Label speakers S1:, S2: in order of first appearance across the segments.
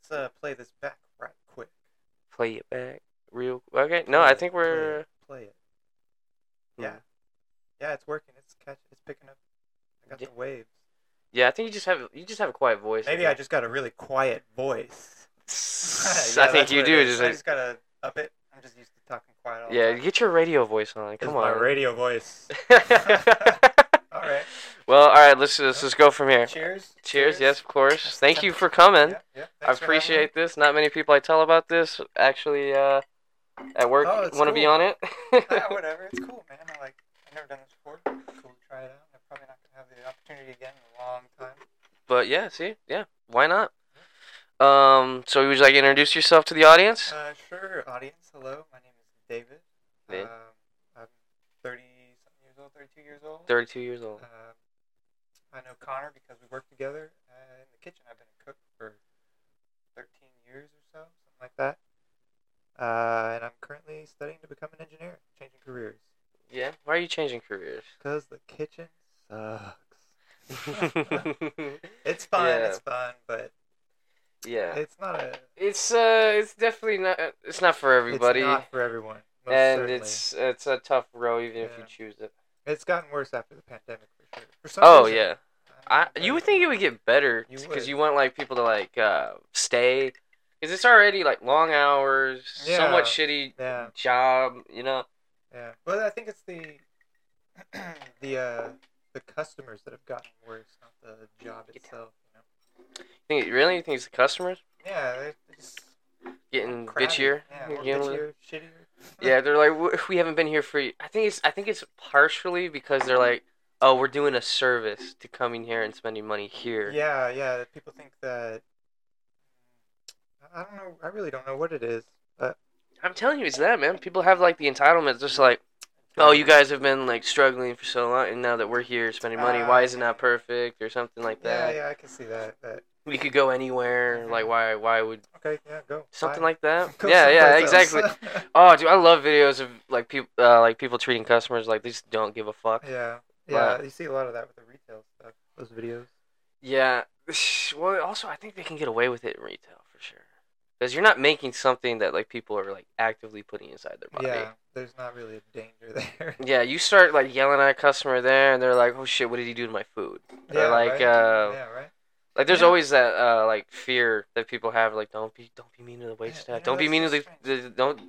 S1: let's uh, play this back right quick.
S2: Play it back real. Okay, no, I think we're.
S1: Play it.
S2: Hmm.
S1: Yeah. Yeah, it's working. It's catch. It's picking up. I got
S2: Yeah.
S1: the waves.
S2: Yeah, I think you just have you just have a quiet voice.
S1: Maybe I just got a really quiet voice.
S2: I
S1: Yeah,
S2: think
S1: that's
S2: you
S1: what
S2: do.
S1: it is.
S2: Just
S1: I
S2: like,
S1: just gotta up it. I'm just used to talking quiet. All
S2: yeah,
S1: the time.
S2: get your radio voice on.
S1: This
S2: Come
S1: is my
S2: on.
S1: radio voice. All right.
S2: Well, all right. Let's let's just go from here. Cheers.
S1: Cheers.
S2: Yes, of course.
S1: That's
S2: Thank
S1: ten-
S2: you for coming.
S1: Yeah, yeah,
S2: I
S1: thanks for having me.
S2: appreciate this. Not many people I tell about this actually uh, at work
S1: Oh,
S2: want
S1: it's
S2: to be
S1: cool.
S2: on it.
S1: ah, whatever. It's cool, man. I like. I've never done this before. It's Cool to try it out. I'm probably not gonna have the opportunity again in a long time.
S2: but yeah, see, yeah, why not? Um, so would you like to introduce yourself to the audience?
S1: Uh, sure, audience. Hello, my name is David.
S2: David.
S1: Um, I'm 30 something years old, 32 years old.
S2: Thirty-two years old.
S1: Um, I know Connor because we work together uh, in the kitchen. I've been a cook for 13 years or so, something like that. Uh, and I'm currently studying to become an engineer, changing careers.
S2: Yeah. Why are you changing careers?
S1: Because the kitchen sucks.
S2: yeah.
S1: It's fun,
S2: Yeah.
S1: it's fun, but it's not a.
S2: It's uh, it's definitely not. It's not for everybody,
S1: It's not for everyone. Most
S2: and
S1: certainly.
S2: it's it's a tough road even if
S1: Yeah.
S2: you choose it.
S1: It's gotten worse after the pandemic, for sure. For some
S2: Oh
S1: reason,
S2: yeah. I,
S1: I'm
S2: you
S1: very-
S2: would think it would get better
S1: You
S2: because
S1: would.
S2: you, want like people to like uh, stay because it's already like long hours, somewhat shitty
S1: Yeah,
S2: job, you know.
S1: yeah. But I think it's the the uh, the customers that have gotten worse, not the job itself. You
S2: Think really? You think it's the customers
S1: know? Yeah, they're they're just
S2: getting
S1: crabby.
S2: bitchier?
S1: Yeah, more
S2: Getting a little-
S1: bitchier, shittier.
S2: yeah, they're like "W- we haven't been here for. y-" I think it's I think it's partially because they're like, oh, we're doing a service to coming here and spending money here.
S1: Yeah, yeah. that People think that. I don't know. I really don't know what it is. But
S2: I'm telling you, it's that man. People have like the entitlement, just like, oh, you guys have been like struggling for so long, and now that we're here spending money,
S1: Ah,
S2: why is it
S1: yeah.
S2: not perfect or something like that?
S1: Yeah, yeah. I can see that. But
S2: we could go anywhere. Like why? Why would
S1: okay, yeah, go.
S2: something
S1: Bye.
S2: like that?
S1: Go
S2: yeah, yeah,
S1: someplace
S2: exactly.
S1: else.
S2: oh, dude, I love videos of like people, uh, like people treating customers like they just don't give a fuck.
S1: yeah, yeah.
S2: But-
S1: You see a lot of that with the retail stuff. Those videos.
S2: Yeah. Well, also, I think they can get away with it in retail for sure, because you're not making something that like people are like actively putting inside their body.
S1: Yeah, there's not really a danger there.
S2: Yeah, you start like yelling at a customer there, and they're like, "Oh shit, what did he do to my food?"
S1: yeah,
S2: like,
S1: right?
S2: uh,
S1: yeah, right.
S2: Like, there's
S1: Yeah.
S2: always that uh, like fear that people have, like, "Don't be, don't be mean to the wait
S1: you know,
S2: don't be
S1: that's
S2: mean to
S1: so
S2: the, the, don't,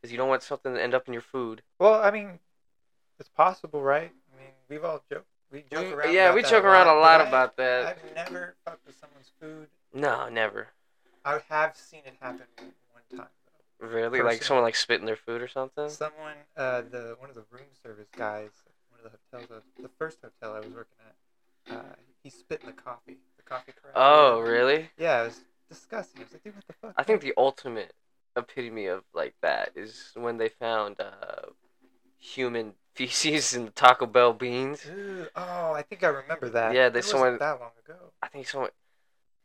S2: because you don't want something to end up in your food."
S1: Well, I mean, it's possible, right? I mean, we've all joked. We joke
S2: We-
S1: around.
S2: yeah,
S1: about
S2: we
S1: that
S2: joke around a
S1: but
S2: lot
S1: I-
S2: about that.
S1: I've never fucked with someone's food.
S2: no, never.
S1: I have seen it happen one time. Though.
S2: Really, like someone like spitting their food or something.
S1: Someone, uh, the one of the room service guys, at one of the hotels, I was- the first hotel I was working at, uh, he spit in the coffee, the coffee carafe.
S2: Oh, really?
S1: Yeah, it was disgusting. I was like, dude, what the fuck?
S2: I think
S1: man?
S2: the ultimate epitome of like that is when they found uh, human feces in the Taco Bell beans.
S1: Ooh, oh, I think I remember that.
S2: Yeah,
S1: It
S2: there's
S1: wasn't
S2: someone-
S1: that long ago.
S2: I think someone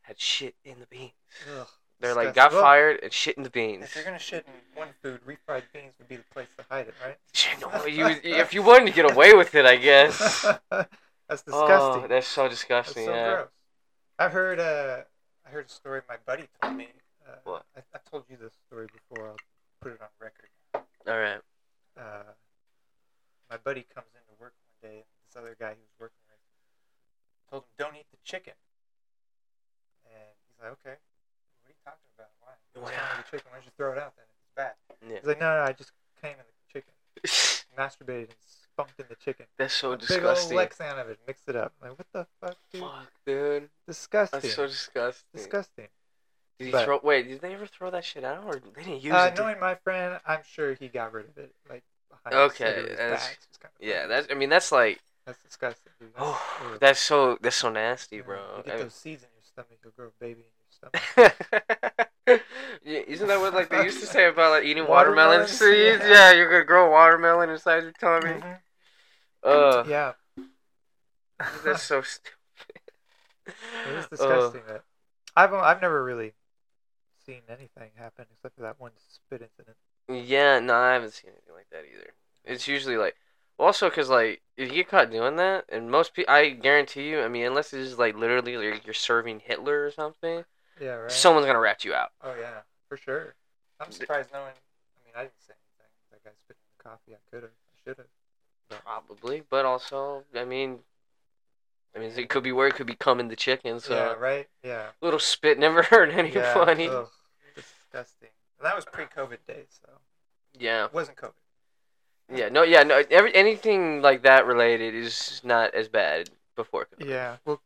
S2: had shit in the beans.
S1: Ugh,
S2: They're like got
S1: disgusting. Well,
S2: fired and shit in the beans.
S1: If you're gonna shit in one food, refried beans would be the place to hide it, right?
S2: No, you- if you wanted to get away with it, I guess.
S1: that's disgusting.
S2: Oh, that's so
S1: that's
S2: disgusting.
S1: so
S2: Oh, yeah.
S1: gross. I heard uh, I heard a story my buddy told me. Uh,
S2: What?
S1: I, I told you this story before. I'll put it on record.
S2: All right.
S1: Uh, my buddy comes into work one day, and this other guy he was working with told him, "Don't eat the chicken." And he's like, "Okay, what are you talking about? Why? Don't eat the chicken. Why don't you throw it out then? if It's bad." He's like, "No, no, I just came in the chicken."
S2: Yeah.
S1: masturbated and spunked in the chicken.
S2: That's so
S1: A
S2: disgusting.
S1: Big old Lexan of it, mixed it up. Like what the fuck, dude?
S2: Fuck, dude.
S1: Disgusting.
S2: That's so disgusting.
S1: disgusting.
S2: Did he
S1: But-
S2: throw? Wait, did they ever throw that shit out, or they didn't use
S1: Uh,
S2: it? did-
S1: knowing my friend, I'm sure he got rid of it. Like behind
S2: Okay,
S1: his
S2: that's-
S1: back. It's kind of
S2: Yeah,
S1: gross.
S2: that's. I mean, that's like.
S1: that's disgusting, dude. That's,
S2: Oh,
S1: ugh.
S2: that's so. That's so nasty,
S1: Yeah, You
S2: bro.
S1: get
S2: I mean-
S1: those seeds in your stomach, you'll grow a baby in your stomach.
S2: yeah, isn't that what like they used to say about like eating watermelon
S1: Watermelon,
S2: seeds?
S1: yeah.
S2: Yeah. you're gonna grow watermelon inside your tummy.
S1: Mhm.
S2: Ugh,
S1: Yeah,
S2: that's so stupid.
S1: it is
S2: Ugh.
S1: disgusting. that I've I've never really seen anything happen except for that one spit incident.
S2: Yeah, no, I haven't seen anything like that either. It's usually like, also because like if you get caught doing that, and most people, I guarantee you, I mean, unless it's just like literally like you're serving Hitler or something,
S1: Yeah, right.
S2: someone's gonna rat you out.
S1: oh yeah, for sure. I'm surprised no one. I mean, I didn't say anything. That guy spit in the coffee. I could have. I should have.
S2: Probably, but also, I mean, I mean, it could be where it could be coming the chicken. So
S1: yeah, right. Yeah.
S2: little spit never hurt any
S1: yeah.
S2: funny.
S1: ugh, disgusting. And that was pre-COVID days, so
S2: Yeah,
S1: it wasn't COVID.
S2: yeah, no, yeah, no. Every anything like that related is not as bad before. COVID.
S1: Yeah. Well,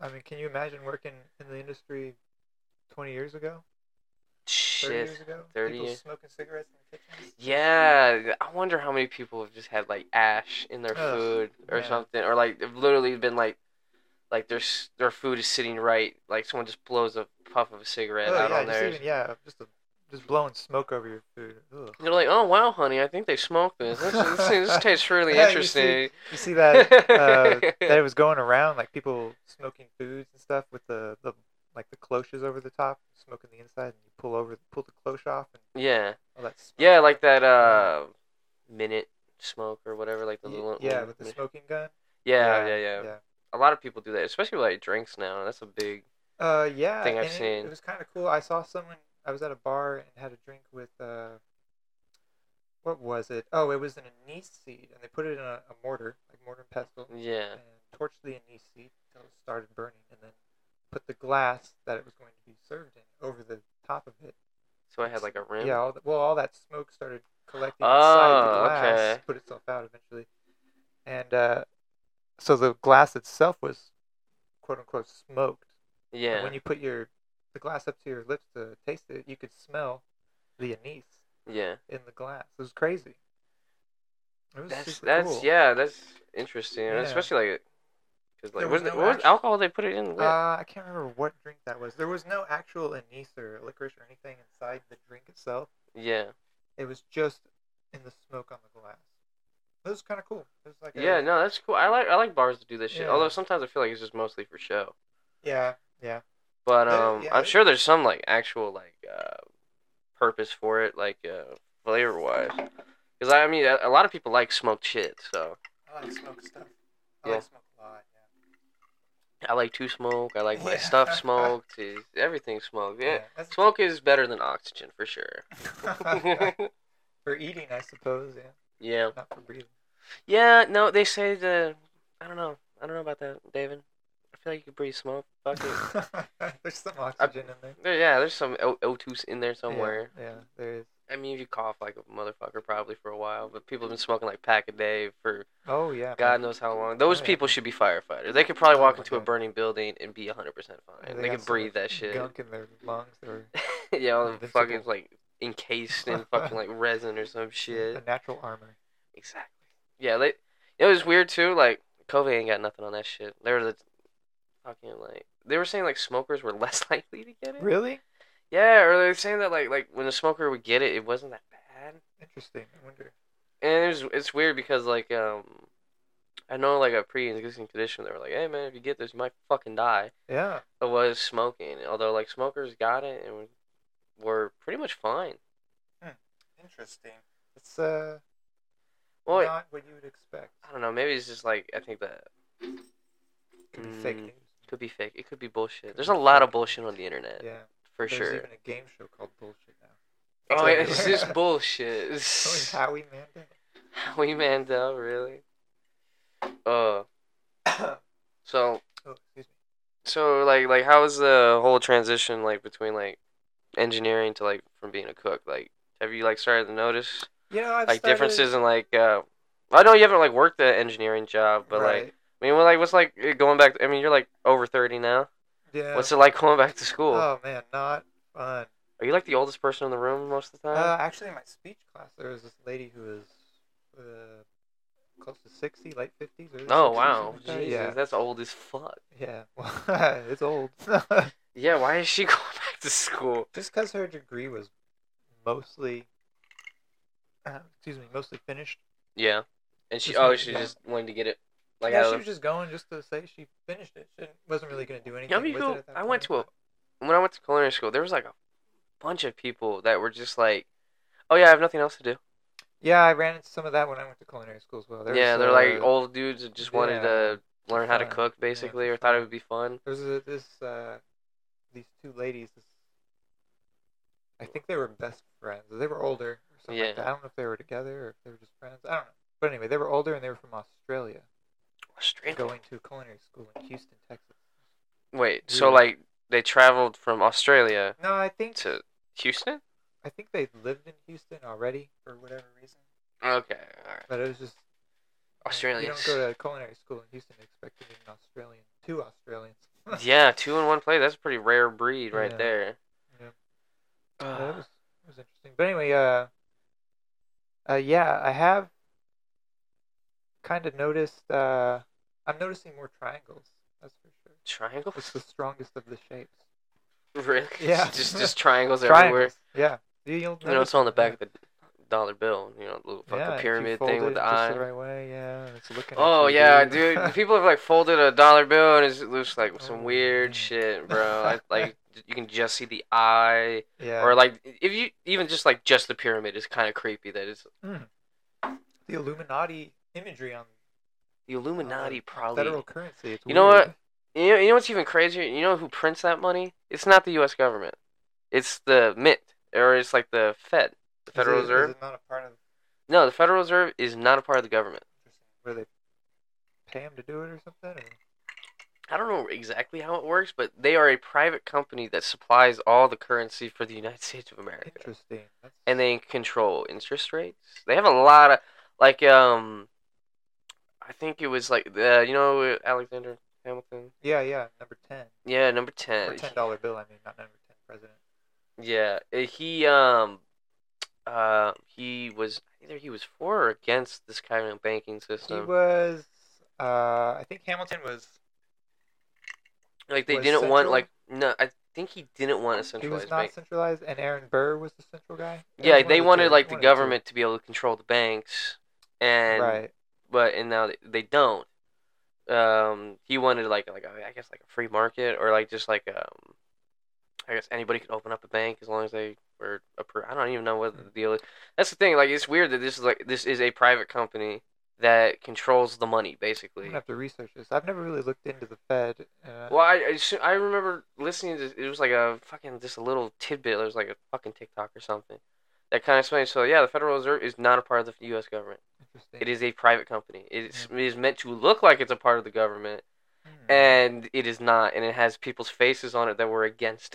S1: I mean, can you imagine working in the industry 20 years ago, 30
S2: Shit.
S1: years ago?
S2: 30
S1: People
S2: years.
S1: smoking cigarettes in the kitchens.
S2: Yeah, I wonder how many people have just had like ash in their
S1: Ugh,
S2: food or
S1: yeah.
S2: something, or like they've literally been like, like their s- their food is sitting right, like someone just blows a puff of a cigarette
S1: Ugh,
S2: out
S1: Oh, yeah,
S2: on
S1: just
S2: theirs.
S1: even, yeah, just a, just blowing smoke over your food. Ugh.
S2: They're like, oh wow, honey, I think they smoked this. This, this, this tastes really
S1: Yeah, you see-
S2: interesting.
S1: You see that uh, that it was going around, like people smoking foods and stuff with the, the like the cloches over the top, smoking the inside, and you pull over, pull the cloche off, and
S2: yeah,
S1: all that. Smoke.
S2: yeah, like that uh, minute smoke or whatever, like the
S1: Y-
S2: little
S1: yeah,
S2: little
S1: with the
S2: minute-
S1: smoking gun.
S2: yeah, yeah, yeah,
S1: yeah.
S2: A lot of people do that, especially with, like drinks now. That's a big
S1: Uh, yeah.
S2: thing I've
S1: and it- It,
S2: seen.
S1: was kind of cool. I saw someone. I was at a bar and had a drink with. Uh, what was it? Oh, it was an anise seed, and they put it in a, a mortar, like mortar and pestle,
S2: yeah.
S1: and torched the anise seed until it started burning, and then put the glass that it was going to be served in over the top of it.
S2: So I had like a rim.
S1: Yeah. All the, well, all that smoke started collecting inside the
S2: Oh,
S1: glass,
S2: okay.
S1: put itself out eventually, and uh, so the glass itself was, quote unquote, smoked. And
S2: Yeah.
S1: when you put your the glass up to your lips to taste it, you could smell the anise
S2: yeah.
S1: in the glass. It was crazy. It was
S2: That's
S1: super
S2: that's
S1: cool.
S2: yeah. That's interesting, and
S1: Yeah.
S2: especially like because
S1: There
S2: like
S1: was
S2: was, it-
S1: no
S2: what was
S1: ash-
S2: alcohol they put it in with?
S1: Uh, I can't remember what drink that was. There was no actual anise or licorice or anything inside the drink itself.
S2: yeah.
S1: It was just in the smoke on the glass. It was kind of cool. It was like a-
S2: Yeah. No, that's cool. I like I like bars to do this shit.
S1: Yeah.
S2: Although sometimes I feel like it's just mostly for show.
S1: yeah, yeah.
S2: But
S1: There-
S2: um,
S1: yeah,
S2: I'm
S1: there-
S2: sure there's some like actual like uh, purpose for it, like uh, flavor wise. Because I mean, a, a lot of people like smoked shit, so
S1: I like smoke stuff.
S2: I like Yeah.
S1: smoke a lot. Yeah.
S2: I like to smoke. I like my
S1: Yeah.
S2: stuff smoked. is- Everything smoked. Yeah. Smoke is better than oxygen for sure.
S1: for eating, I suppose. Yeah,
S2: yeah.
S1: not for breathing.
S2: Yeah, no, they say the. I don't know. I don't know about that, David. I feel like you could breathe smoke. Fuck it.
S1: There's some oxygen in there.
S2: There, yeah, there's some O- O2 s in there somewhere.
S1: Yeah, yeah, there is.
S2: I mean, if you cough like a motherfucker, probably for a while. But people have been smoking like pack a day for
S1: Oh yeah.
S2: God knows how long. Those
S1: Oh, yeah.
S2: people should be firefighters. They could probably walk
S1: Oh,
S2: into a
S1: okay.
S2: burning building and be 100 percent fine. They,
S1: got
S2: could
S1: so
S2: breathe
S1: much
S2: that shit.
S1: Gunk in their lungs or
S2: yeah, all the fucking
S1: Invincible.
S2: like encased in fucking like resin or some shit.
S1: the natural armor.
S2: Exactly. Yeah, they. It was weird too. Like COVID ain't got nothing on that shit. They were the fucking like they were saying like smokers were less likely to get it.
S1: Really
S2: Yeah, or they were saying that like like when a smoker would get it, it wasn't that bad.
S1: interesting. I wonder.
S2: And it was, it's weird because like um, I know like a pre-existing condition. They were like, hey man, if you get this, you might fucking die.
S1: Yeah.
S2: It was smoking. Although like smokers got it and were pretty much fine.
S1: Interesting. It's uh
S2: Well,
S1: not what you would expect.
S2: I don't know. Maybe it's just like I think that
S1: Could be fake
S2: Mm,
S1: news.
S2: could be fake. It could be bullshit.
S1: Could
S2: There's
S1: be
S2: a lot of
S1: fake.
S2: bullshit on the internet.
S1: Yeah.
S2: For
S1: There's
S2: sure.
S1: even a game show called Bullshit now.
S2: Oh, yeah, it's
S1: everywhere.
S2: just bullshit.
S1: Oh, is Howie Mandel.
S2: Howie Mandel, really? Uh, so,
S1: oh, excuse me.
S2: so like, like, how was the whole transition like between like engineering to like from being a cook? Like, have you like started to notice
S1: You know, I've
S2: like
S1: started-
S2: differences in like? uh I know you haven't like worked the engineering job, but like,
S1: Right.
S2: I mean, well, like, what's like going back? I mean, you're like over thirty now.
S1: yeah.
S2: What's it like going back to school?
S1: Oh man, not fun.
S2: Are you like the oldest person in the room most of the time?
S1: Uh, actually, in my speech class, there was this lady who was uh, close to 60, late 50s. Or
S2: oh
S1: 60s,
S2: wow,
S1: something like
S2: Jesus,
S1: that.
S2: that's old as fuck.
S1: Yeah, yeah. Well, it's old. Just
S2: Yeah, why is she going back to school?
S1: because her degree was mostly, uh, excuse me, mostly finished.
S2: Yeah, and she
S1: Just
S2: oh
S1: make-
S2: she
S1: yeah.
S2: just wanted to get it like
S1: yeah,
S2: out
S1: she
S2: of-
S1: was just going just to say she finished it. She didn't- wasn't really going to do anything.
S2: Yeah, I mean,
S1: with
S2: you
S1: it
S2: go-
S1: at that
S2: I went
S1: point,
S2: to a
S1: but-
S2: when I went to culinary school. There was like a bunch of people that were just like, oh yeah, I have nothing else to do.
S1: Yeah, I ran into some of that when I went to culinary school as well. There
S2: yeah,
S1: was,
S2: they're like
S1: uh,
S2: old dudes that just wanted
S1: yeah,
S2: to learn how to
S1: fun.
S2: cook
S1: Yeah,
S2: basically,
S1: for
S2: or thought it
S1: fun.
S2: would be fun.
S1: There was a, this uh, these two ladies. This, I think they were best friends. They were older or something
S2: Yeah.
S1: like that. I don't know if they were together or if they were just friends. I don't know. But anyway, they were older and they were from Australia,
S2: Australia.
S1: going to culinary school in Houston, Texas.
S2: Wait, so
S1: Yeah.
S2: like they traveled from Australia
S1: No, I think
S2: to Houston?
S1: I think they lived in Houston already for whatever reason.
S2: Okay, all right.
S1: But it was just
S2: Australians.
S1: You don't go to culinary school in Houston expecting an Australian, two Australians.
S2: yeah, two in one place. That's a pretty rare breed right
S1: Yeah.
S2: there.
S1: Yep.
S2: Ah,
S1: Yeah, it was it was interesting. But anyway, uh, uh, yeah, I have kind of noticed. Uh, I'm noticing more triangles. That's for sure.
S2: triangles?
S1: It's the strongest of the shapes.
S2: Really?
S1: Yeah.
S2: just just triangles, everywhere.
S1: Triangles. Yeah. You- You'll
S2: You know,
S1: notice
S2: it's on the
S1: it,
S2: back of the dollar bill. You know, the little
S1: yeah.
S2: fucking
S1: Yeah, if you
S2: pyramid
S1: fold
S2: thing
S1: it
S2: with the
S1: just
S2: eye.
S1: The right way. Yeah. and It's looking. at
S2: Oh
S1: you,
S2: yeah, dude. People have like folded a dollar bill and it's it looks like
S1: Oh,
S2: some weird
S1: man.
S2: shit, bro. I, like you can just see the eye,
S1: yeah.
S2: or like if you even just like just the pyramid is kind of creepy. That it's
S1: the Illuminati imagery on
S2: the Illuminati probably.
S1: Uh, federal currency. It's
S2: You know
S1: weird.
S2: what? You know, you know what's even crazier? You know who prints that money? It's not the U.S. government. It's the Mint, or it's like the Fed, the
S1: Is
S2: Federal
S1: it- is
S2: Reserve.
S1: it not a part of
S2: No, the Federal Reserve is not a part of the government.
S1: where they pay him to do it or something? Or?
S2: I don't know exactly how it works, but they are a private company that supplies all the currency for the United States of America.
S1: Interesting. That's,
S2: and they control interest rates. They have a lot of like um I think it was like the you know Alexander Hamilton.
S1: yeah, yeah, number ten.
S2: Yeah, number
S1: Or
S2: 10.
S1: ten dollar bill, I mean, not number ten president.
S2: Yeah, uh, he um uh he was either he was for or against this kind of banking
S1: He
S2: system.
S1: was uh I think Hamilton was
S2: like they
S1: was
S2: didn't want
S1: central?
S2: like no, I think he didn't
S1: he
S2: want a
S1: was
S2: centralized
S1: not
S2: bank.
S1: centralized and Aaron Burr was the central guy. It was
S2: Yeah,
S1: one
S2: they
S1: of
S2: wanted
S1: two,
S2: like the
S1: one of two.
S2: government to be able to control the banks and
S1: Right.
S2: but and now they, they don't. Um, he wanted like like a, I guess like a free market or like just like um, I guess anybody could open up a bank as long as they were approved. I don't even know what the deal is. That's the thing. Like it's weird that this is like this is a private company that controls the money
S1: I'm
S2: basically.
S1: gonna have to research this. I've never really looked into the Fed. Uh,
S2: Well, I, I, assu- I remember listening to it was like a fucking just a little tidbit. It was like a fucking TikTok or something that kind of explained. So yeah, the Federal Reserve is not a part of the U.S. government.
S1: interesting.
S2: It is a private company. It's, it is meant to look like it's a part of the government.
S1: Hmm.
S2: and it is not, and it has people's faces on it that were against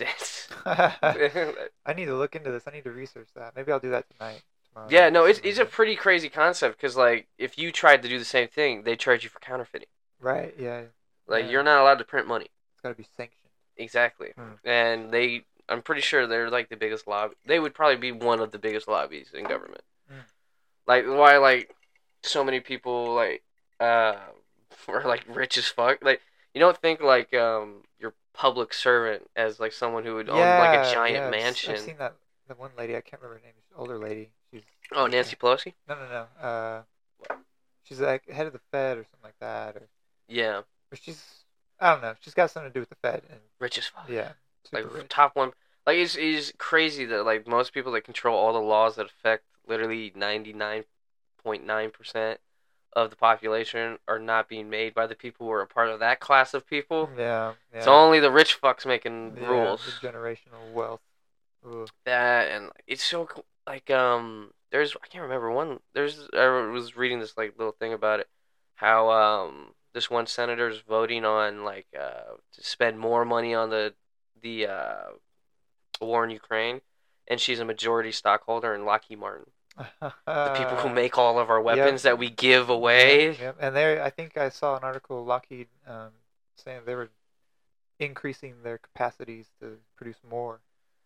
S2: it.
S1: Hmm. I need to look into this. I need to research that. Maybe I'll do that tonight. Tomorrow
S2: yeah,
S1: night,
S2: no, it's
S1: something
S2: it's a
S1: like
S2: pretty crazy concept because like if you tried to do the same thing, they charge you for counterfeiting.
S1: that. right. Yeah, it's
S2: Like
S1: Yeah.
S2: you're not allowed to print money.
S1: got to be sanctioned.
S2: Exactly,
S1: Hmm.
S2: and they, I'm pretty sure they're like the biggest lobby. They would probably be one of the biggest lobbies in government.
S1: Hmm.
S2: Like why like so many people like uh were like rich as fuck. Like you don't think like um your public servant as like someone who would own like a giant
S1: yeah, I've s-
S2: mansion.
S1: I've seen that the one lady. I can't remember her name. She's an older lady. She's
S2: Oh, Nancy Pelosi?
S1: no, no, no. Uh, she's like head of the Fed or something like that, or,
S2: Yeah,
S1: or she's I don't know. She's got something to do with the Fed, and
S2: rich as fuck.
S1: yeah, super
S2: like
S1: rich.
S2: top one. Like it's, it's crazy that like most people that control all the laws that affect literally ninety nine point nine percent of the population are not being made by the people who are a part of that class of people.
S1: Yeah, Mm, yeah.
S2: It's only the rich fucks making
S1: Yeah,
S2: rules.
S1: The generational wealth. Ooh.
S2: that and like, it's so co- like um there's I can't remember one there's I was reading this like little thing about it how um this one senator's voting on like uh to spend more money on the the uh war in Ukraine and she's a majority stockholder in Lockheed Martin the people
S1: Uh,
S2: who make all of our weapons that we give away
S1: Yep, yep. And there, I think I saw an article Lockheed um, saying they were increasing their capacities to produce more.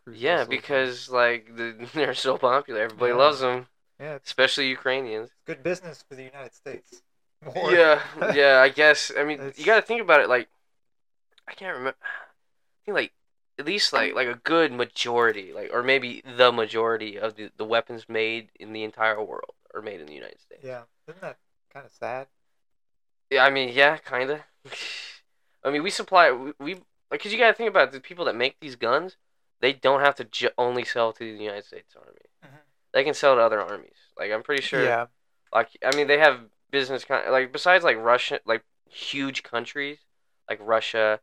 S1: cruise
S2: yeah
S1: missiles.
S2: because like the, they're so popular everybody
S1: Yeah.
S2: loves them
S1: yeah, it's
S2: especially Ukrainians
S1: good business for the United States.
S2: Yeah, yeah. I guess. I mean, you
S1: It's-
S2: got to think about it. Like, I can't remember. I think like at least like like a good majority, like or maybe the majority of the, the weapons made in the entire world are made in the United States.
S1: Yeah, isn't that kind of sad?
S2: Yeah, I mean, yeah, kinda. I mean, we supply we, we like because you got to think about it, the people that make these guns. They don't have to ju- only sell to the United States Army.
S1: Mhm.
S2: They can sell to other armies. Like I'm pretty sure.
S1: Yeah,
S2: like I mean they have business con- like besides like Russia like huge countries like Russia,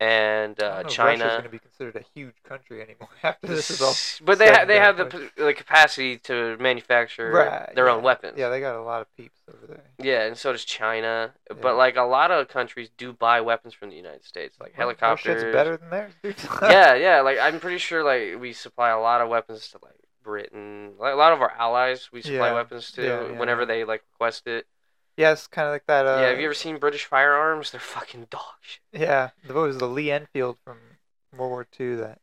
S2: and
S1: I
S2: uh,
S1: don't know if Russia's
S2: China.
S1: going to be considered a huge country anymore after this is all.
S2: but they
S1: said
S2: ha-
S1: and
S2: they
S1: done,
S2: have the,
S1: like-
S2: p- the capacity to manufacture
S1: Right,
S2: their
S1: yeah.
S2: own weapons.
S1: Yeah, they got a lot of peeps over there.
S2: Yeah, and so does China.
S1: Yeah.
S2: But like a lot of countries do buy weapons from the United States, like
S1: Well, our
S2: helicopters.
S1: shit's better than theirs, dude.
S2: yeah, yeah. Like I'm pretty sure like we supply a lot of weapons to like Britain. Like a lot of our allies we supply
S1: Yeah,
S2: weapons to
S1: yeah, yeah,
S2: whenever
S1: yeah.
S2: they like request it.
S1: Yeah, it's kind of like that. Uh,
S2: yeah, have you ever seen British firearms? They're fucking dog shit.
S1: Yeah, the, what was the Lee Enfield from World War II that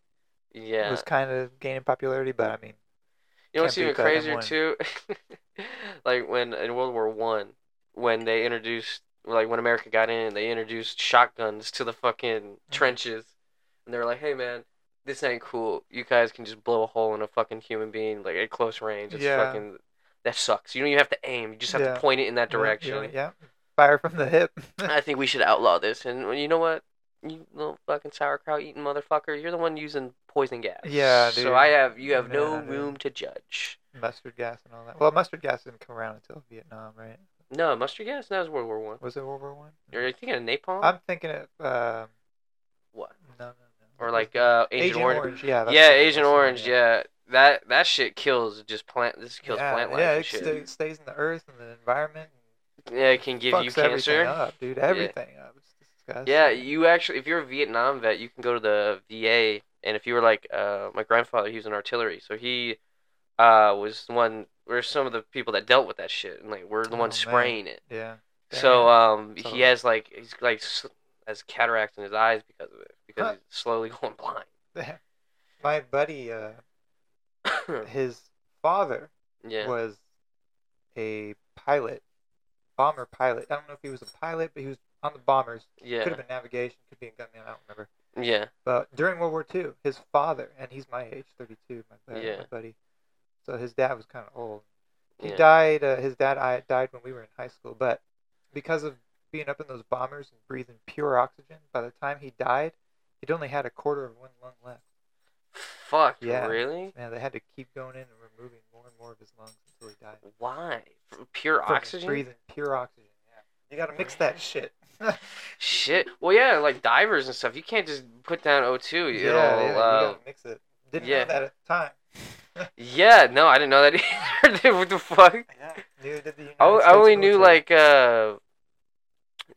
S2: Yeah.
S1: was kind of gaining popularity, but I mean,
S2: You know what's
S1: Can't beat
S2: even
S1: that
S2: crazier
S1: M1.
S2: too? like when in World War One, when they introduced, like when America got in, they introduced shotguns to the fucking
S1: Mm-hmm.
S2: trenches, and they were like, "Hey man, this ain't cool. You guys can just blow a hole in a fucking human being like at close range. It's
S1: Yeah.
S2: fucking that sucks. You don't even have to aim. You just have
S1: Yeah.
S2: to point it in that
S1: you know, you
S2: direction.
S1: know, yeah, fire from the hip.
S2: I think we should outlaw this. And well, you know what? You little fucking sauerkraut eating motherfucker, you're the one using poison gas.
S1: Yeah, dude.
S2: So I have you have
S1: Yeah,
S2: no
S1: dude.
S2: room to judge.
S1: mustard gas and all that. Well, mustard gas didn't come around until Vietnam, right?
S2: No, mustard gas? That was World War One.
S1: Was it World War One?
S2: Are you thinking of napalm?
S1: I'm thinking of um,
S2: what?
S1: no, no, no.
S2: Or
S1: What
S2: like
S1: was
S2: uh,
S1: it?
S2: Agent, Orange?
S1: Yeah, that's
S2: Yeah,
S1: what it
S2: Agent
S1: was,
S2: Orange. Yeah, that that shit kills. Just plant. This kills
S1: yeah,
S2: plant life.
S1: yeah,
S2: and
S1: it
S2: shit.
S1: sta- stays in the earth and the environment.
S2: yeah, it can
S1: And
S2: give you
S1: fucks everything
S2: cancer.
S1: up, dude. Everything up. It's disgusting.
S2: Yeah, you actually, if you're a Vietnam vet, you can go to the VA, and if you were like uh, my grandfather, he was in artillery, so he uh, was the one. We're some of the people that dealt with that shit, and like we're the
S1: Oh,
S2: ones
S1: man.
S2: spraying it.
S1: Yeah.
S2: So um,
S1: So-
S2: he has like he's like s- has cataracts in his eyes because of it, because
S1: Huh.
S2: he's slowly going
S1: Damn. my buddy, uh,
S2: blind.
S1: his father
S2: yeah.
S1: was a pilot, bomber pilot. I don't know if he was a pilot, but he was on the bombers. Could
S2: Yeah.
S1: have been navigation, could be in gunman. I don't remember.
S2: Yeah.
S1: But during World War II, his father, and he's my age, 32, my, bu-
S2: Yeah.
S1: my buddy. So his dad was kind of old. He
S2: Yeah.
S1: died. Uh, his dad I, died when we were in high school, but because of being up in those bombers and breathing pure oxygen, by the time he died, he'd only had a quarter of one lung left.
S2: Fuck.
S1: Yeah.
S2: Really?
S1: Man, they had to keep going in and removing more and more of his lungs until he died.
S2: Why? From pure
S1: From
S2: oxygen.
S1: Breathing pure oxygen. Yeah. You gotta mix that shit. yeah,
S2: Shit. Well, yeah, like divers and stuff. You can't just put down O2. It'll,
S1: yeah, you
S2: uh,
S1: gotta mix it. Didn't know
S2: yeah.
S1: that at the time.
S2: Yeah, no, I didn't know that either. what the fuck?
S1: Yeah. Neither did the United
S2: I, I
S1: States
S2: only knew
S1: military.
S2: like uh,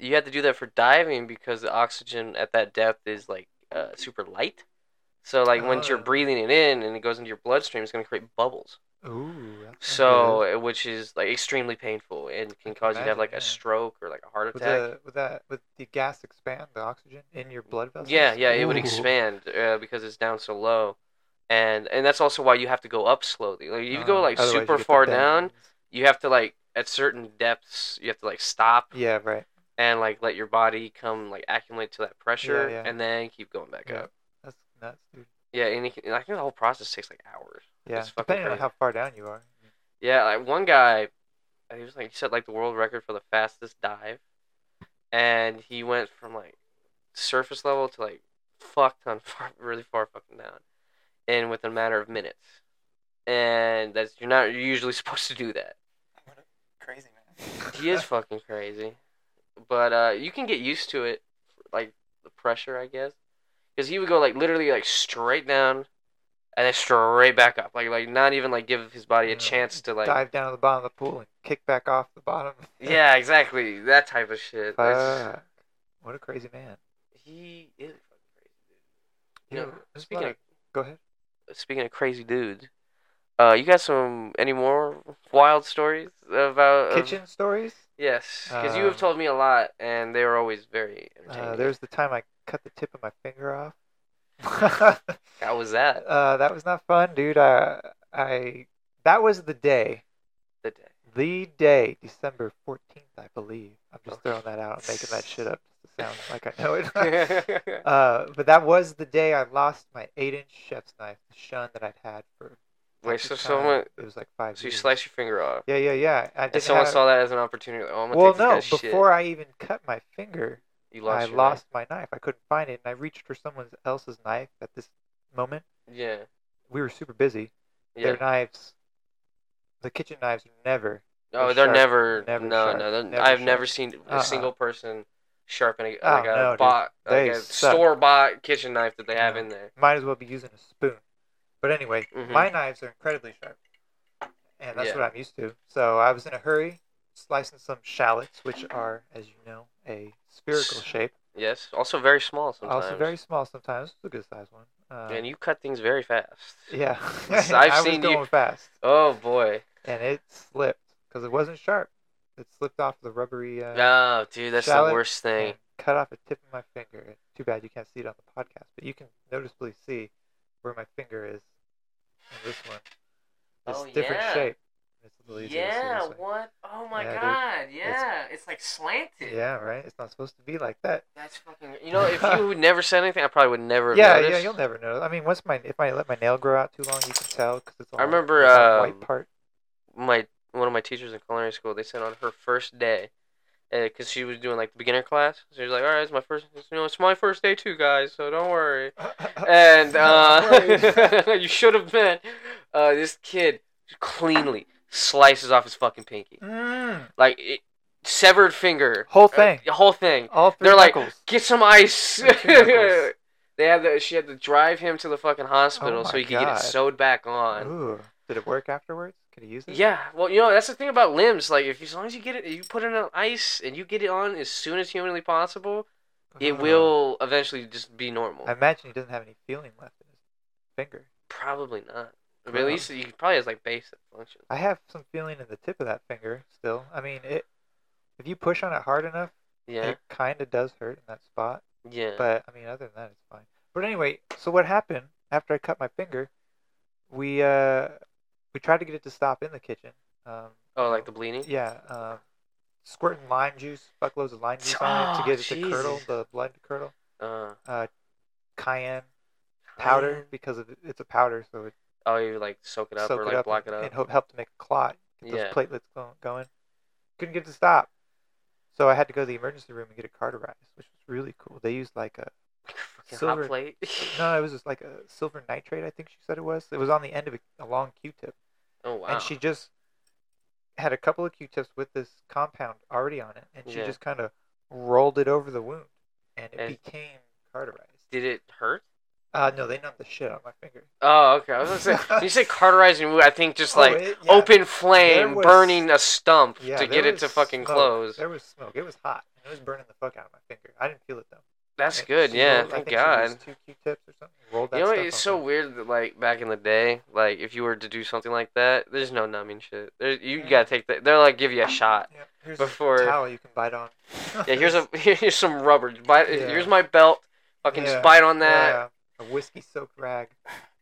S2: you had to do that for diving because the oxygen at that depth is like uh, super light. So like once you're
S1: Oh.
S2: breathing it in and it goes into your bloodstream, it's gonna create bubbles.
S1: Ooh. that's not
S2: So
S1: good.
S2: uh, which is like extremely painful and
S1: can
S2: can cause you to have
S1: Mm-hmm. imagine,
S2: like
S1: yeah.
S2: a stroke or like a heart
S1: Would
S2: attack.
S1: the, would that would the gas expand the oxygen in your blood vessels?
S2: Yeah, yeah, it would
S1: Ooh.
S2: expand uh, because it's down so low, and and that's also why you have to go up slowly. Like if you go
S1: Uh,
S2: like
S1: otherwise you
S2: super
S1: get the
S2: far down,
S1: bends.
S2: you have to like at certain depths you have to like stop
S1: Yeah, right.
S2: and like let your body come like accumulate to that pressure
S1: yeah.
S2: and then keep going back
S1: Yeah.
S2: up.
S1: That's nuts, dude.
S2: Yeah, and, it can, and I think the whole process takes like hours.
S1: Yeah,
S2: It's fucking
S1: depending on
S2: crazy.
S1: how far down you are.
S2: Yeah, like one guy, he was like he set like the world record for the fastest dive, and he went from like surface level to like fucked on far, really far fucking down, and within a matter of minutes, and that's you're not you're usually supposed to do that.
S1: What a crazy man.
S2: He is fucking crazy, but uh, you can get used to it, like the pressure, I guess, because he would go like literally like straight down, and then straight back up, like like not even like give his body a
S1: Yeah.
S2: chance to like.
S1: dive down to the bottom of the pool and kick back off the bottom.
S2: Yeah, exactly. That type of shit. That's-
S1: Fuck. what a crazy man.
S2: he is fucking crazy,
S1: You
S2: dude.
S1: know,
S2: No,
S1: there's a
S2: speaking
S1: lot Go ahead.
S2: of speaking of crazy dudes, uh, you got some any more wild stories about of-
S1: Kitchen stories.
S2: yes, because you have
S1: Um,
S2: told me a lot, and they were always very entertaining.
S1: Uh, there's the time I cut the tip of my finger off.
S2: How was that?
S1: uh, that was not fun, dude. I, I that was the day,
S2: The day.
S1: the day, December fourteenth, I believe. I'm just
S2: Okay.
S1: throwing that out, and making that shit up just to sound like I know it. uh, but that was the day I lost my eight-inch chef's knife, the shun that I'd had for.
S2: Wait,
S1: at
S2: so
S1: the time,
S2: someone,
S1: It was like five.
S2: so you
S1: years.
S2: slice your finger off,
S1: Yeah, yeah, yeah. I
S2: and
S1: didn't
S2: someone
S1: have-
S2: saw that as an opportunity. Like, oh, I'm gonna
S1: Well,
S2: take
S1: no.
S2: this guy's shit.
S1: Before I even cut my finger,
S2: you lost,
S1: I
S2: your
S1: lost my knife. I couldn't find it, and I reached for someone else's knife at this moment.
S2: Knife. Yeah,
S1: We were super busy.
S2: yeah.
S1: Their knives, the kitchen knives, are never. They're
S2: No, Oh, they're
S1: sharp.
S2: never,
S1: Never
S2: no,
S1: sharp.
S2: no. they're-
S1: Never
S2: I've
S1: sharp.
S2: never seen a
S1: Uh-uh.
S2: single person sharpening
S1: Oh,
S2: like a
S1: no, dude.
S2: bought like
S1: They
S2: a
S1: suck.
S2: store bought kitchen knife that they have in there.
S1: Might as well be using a spoon. But anyway,
S2: Mhm.
S1: my knives are incredibly sharp, and that's
S2: Yeah.
S1: what I'm used to. So I was in a hurry, slicing some shallots, which are, as you know, a spherical
S2: S-
S1: shape,
S2: Yes, also very small sometimes.
S1: also very small sometimes. It's a good sized one. Uh,
S2: and you cut things very fast.
S1: yeah,
S2: I've
S1: I
S2: seen you-
S1: was going fast,
S2: Oh boy.
S1: and it slipped because it wasn't sharp. It slipped off the rubbery. Uh,
S2: No, dude, that's the
S1: shallot
S2: worst thing.
S1: and cut off a tip of my finger. Too bad you can't see it on the podcast, but you can noticeably see where my finger is in this one. It's
S2: Oh,
S1: different
S2: yeah.
S1: shape. It's a little easier to see this way.
S2: what? Oh
S1: Yeah,
S2: god,
S1: It's-
S2: It's, like slanted.
S1: Yeah, right. It's not supposed to be like that.
S2: That's fucking you know, if you never said anything, I probably would never have
S1: yeah,
S2: noticed.
S1: yeah. You'll never know. I mean, once my if I let my nail grow out too long, you can tell because it's all.
S2: I remember,
S1: it's all
S2: um,
S1: white part.
S2: my one of my teachers in culinary school. They sent on her first day, because she was doing like the beginner class. So she was like, "All right, it's my first. You know, it's my first day too, guys. So don't worry." And uh, you should have been. Uh, this kid cleanly slices off his fucking pinky,
S1: Mm,
S2: like it, severed finger,
S1: Whole thing.
S2: uh, whole thing.
S1: all three
S2: They're like,
S1: knuckles.
S2: Get some ice.
S1: Three knuckles. Oh
S2: They had the, she had to drive him to the fucking hospital so
S1: my
S2: he could get
S1: God.
S2: it sewed back on.
S1: Ooh, did it work afterwards? Could he use it?
S2: Yeah, well, you know that's the thing about limbs. Like, if as long as you get it, you put it on ice and you get it on as soon as humanly possible, it
S1: Ooh.
S2: will eventually just be normal.
S1: I imagine he doesn't have any feeling left in his finger.
S2: Probably not. But
S1: Wow.
S2: at least you probably has like basic functions.
S1: I have some feeling in the tip of that finger still. I mean, it. If you push on it hard enough,
S2: Yeah,
S1: it kind of does hurt in that spot.
S2: yeah.
S1: But I mean, other than that, it's fine. But anyway, so what happened after I cut my finger? We uh, we tried to get it to stop in the kitchen. Um,
S2: oh, like the bleeding.
S1: yeah, um, squirting lime juice, buckloads of lime juice on it
S2: Oh,
S1: to get it to curdle
S2: Jesus.
S1: the blood to curdle.
S2: Uh,
S1: Cayenne powder
S2: cayenne.
S1: because of, it's a powder, so it
S2: Oh, you like soak it up
S1: soak
S2: or
S1: it
S2: like
S1: up
S2: block
S1: and,
S2: it
S1: and
S2: up.
S1: help help to make a clot. Get those
S2: Yeah.
S1: platelets go- going. Couldn't get it to stop, so I had to go to the emergency room and get it cauterized, which was really cool. They used like a
S2: Fucking
S1: silver-
S2: hot plate.
S1: No, it was just like a silver nitrate. I think she said it was. It was on the end of a, a long Q-tip,
S2: oh wow.
S1: and she just had a couple of Q-tips with this compound already on it, and she
S2: Yeah.
S1: just kind of rolled it over the wound, and it
S2: And-
S1: became carterized.
S2: Did it hurt?
S1: Uh, no, they numbed the shit out of my finger.
S2: Oh, okay. I was gonna say when you say carterizing, I think just like
S1: Oh, it- yeah.
S2: open flame,
S1: was-
S2: burning a stump
S1: Yeah,
S2: to
S1: there
S2: get it to
S1: was
S2: fucking
S1: smoke.
S2: close.
S1: There was smoke. It was hot. and It was burning the fuck out of my finger. I didn't feel it though.
S2: That's
S1: And
S2: good.
S1: she
S2: Yeah,
S1: rolled- I
S2: thank
S1: think she
S2: God.
S1: used Two Q-tips or something. Rolled that
S2: you know,
S1: stuff
S2: it's
S1: on
S2: so
S1: there.
S2: weird that like back in the day, like if you were to do something like that, there's no numbing shit. There, you
S1: Mhm.
S2: gotta take that. They're like give you a shot.
S1: Yeah, here's
S2: before-
S1: a towel you can bite on.
S2: Yeah, here's a here's some rubber. Just Bite,
S1: Yeah.
S2: Here's my belt. Fucking
S1: Yeah.
S2: just bite on that.
S1: Yeah, a whiskey-soaked rag.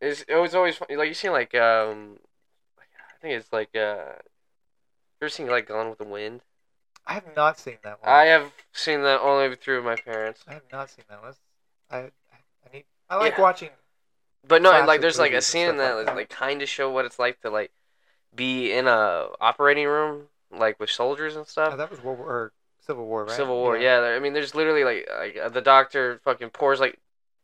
S2: It's it was always funny. like you seen like um, I think it's like uh, you ever seen like Gone with the Wind?
S1: I have not seen that one.
S2: I have seen that only through my parents.
S1: I have not seen that one. I I I need. I like
S2: Yeah.
S1: watching.
S2: But no, like
S1: classic
S2: there's like a
S1: movies and
S2: scene in
S1: stuff
S2: that
S1: like
S2: that like kind of show what it's like to like be in a operating room like with soldiers and stuff.
S1: Oh, that was World War or Civil War, right?
S2: Uh, Civil War, yeah. there- I mean, there's literally like, like uh, the doctor fucking pours like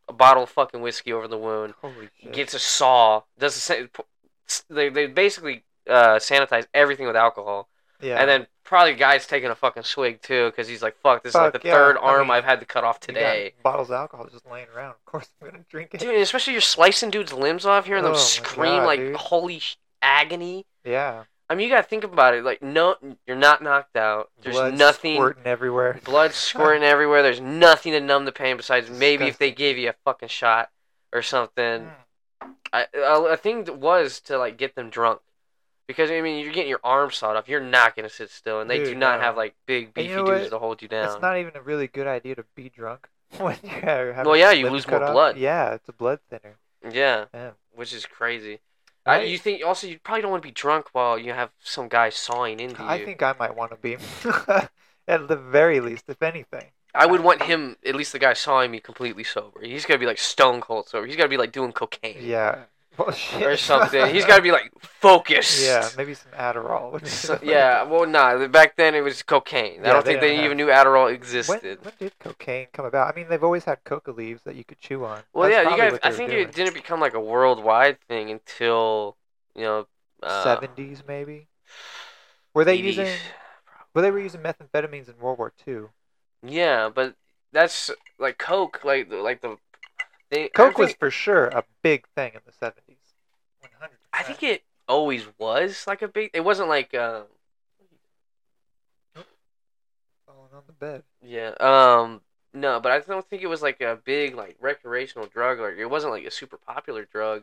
S2: a bottle of fucking whiskey over the wound,
S1: Holy shit.
S2: gets a saw, does the sa- p- s- they they basically uh, sanitize everything with alcohol,
S1: yeah.
S2: and then probably guy's taking a fucking swig too because he's like, fuck, this is like
S1: Fuck,
S2: the
S1: yeah,
S2: third
S1: I
S2: arm
S1: mean,
S2: I've had to cut off
S1: You got
S2: today.
S1: bottles of alcohol just laying around. Of course, I'm gonna drink it.
S2: Dude, and especially you're slicing dudes' limbs off, hearing
S1: Oh
S2: them
S1: my
S2: scream
S1: God,
S2: like
S1: dude.
S2: holy sh- agony.
S1: Yeah.
S2: I mean, you gotta think about it. Like, no, you're not knocked out. There's
S1: Blood
S2: nothing.
S1: squirting everywhere.
S2: blood squirting everywhere. There's nothing to numb the pain besides maybe if they
S1: Disgusting.
S2: gave you a fucking shot or
S1: Mm.
S2: something. I I, I think it was to like get them drunk. Because I mean, you're getting your arm sawed off. You're not gonna sit still, and they do
S1: Dude,
S2: not
S1: no.
S2: have like big
S1: And
S2: beefy
S1: you know
S2: dudes
S1: what?
S2: to hold you down.
S1: It's not even a really good idea to be drunk when you're having
S2: Well, yeah, you
S1: limbs
S2: lose
S1: cut
S2: more
S1: off.
S2: blood.
S1: Yeah, it's a blood thinner.
S2: yeah,
S1: Yeah.
S2: which is crazy. I,
S1: Right?
S2: you think also you probably don't want to be drunk while you have some guy sawing into you.
S1: I think I might want to be, at the very least, if anything.
S2: I would want him at least the guy sawing me completely sober. He's gotta be like stone cold sober. He's gotta be like doing cocaine.
S1: Yeah. Well, shit.
S2: or something. He's got to be like focused.
S1: Yeah, maybe some Adderall. would be
S2: So-
S1: good.
S2: yeah. Well, nah. Back then it was cocaine.
S1: Yeah,
S2: I don't
S1: they
S2: think they
S1: don't
S2: even
S1: have-
S2: knew Adderall
S1: When,
S2: existed.
S1: when did cocaine come about? I mean, they've always had coca leaves that you could chew on.
S2: well,
S1: That's
S2: yeah. You
S1: probably
S2: guys.
S1: what they
S2: I
S1: were
S2: think
S1: doing.
S2: it didn't become like a worldwide thing until you know. Uh,
S1: 70s maybe. Were they
S2: 80s.
S1: using? Well, they were using methamphetamines in World War II,
S2: Yeah, but that's like Coke, like the- like the thing.
S1: Coke
S2: I
S1: was
S2: think-
S1: for sure a big thing in the seventies. One hundred.
S2: I think it always was like a big. It wasn't like. Um,
S1: falling on the bed.
S2: yeah. Um. No, but I don't think it was like a big like recreational drug. Like it wasn't like a super popular drug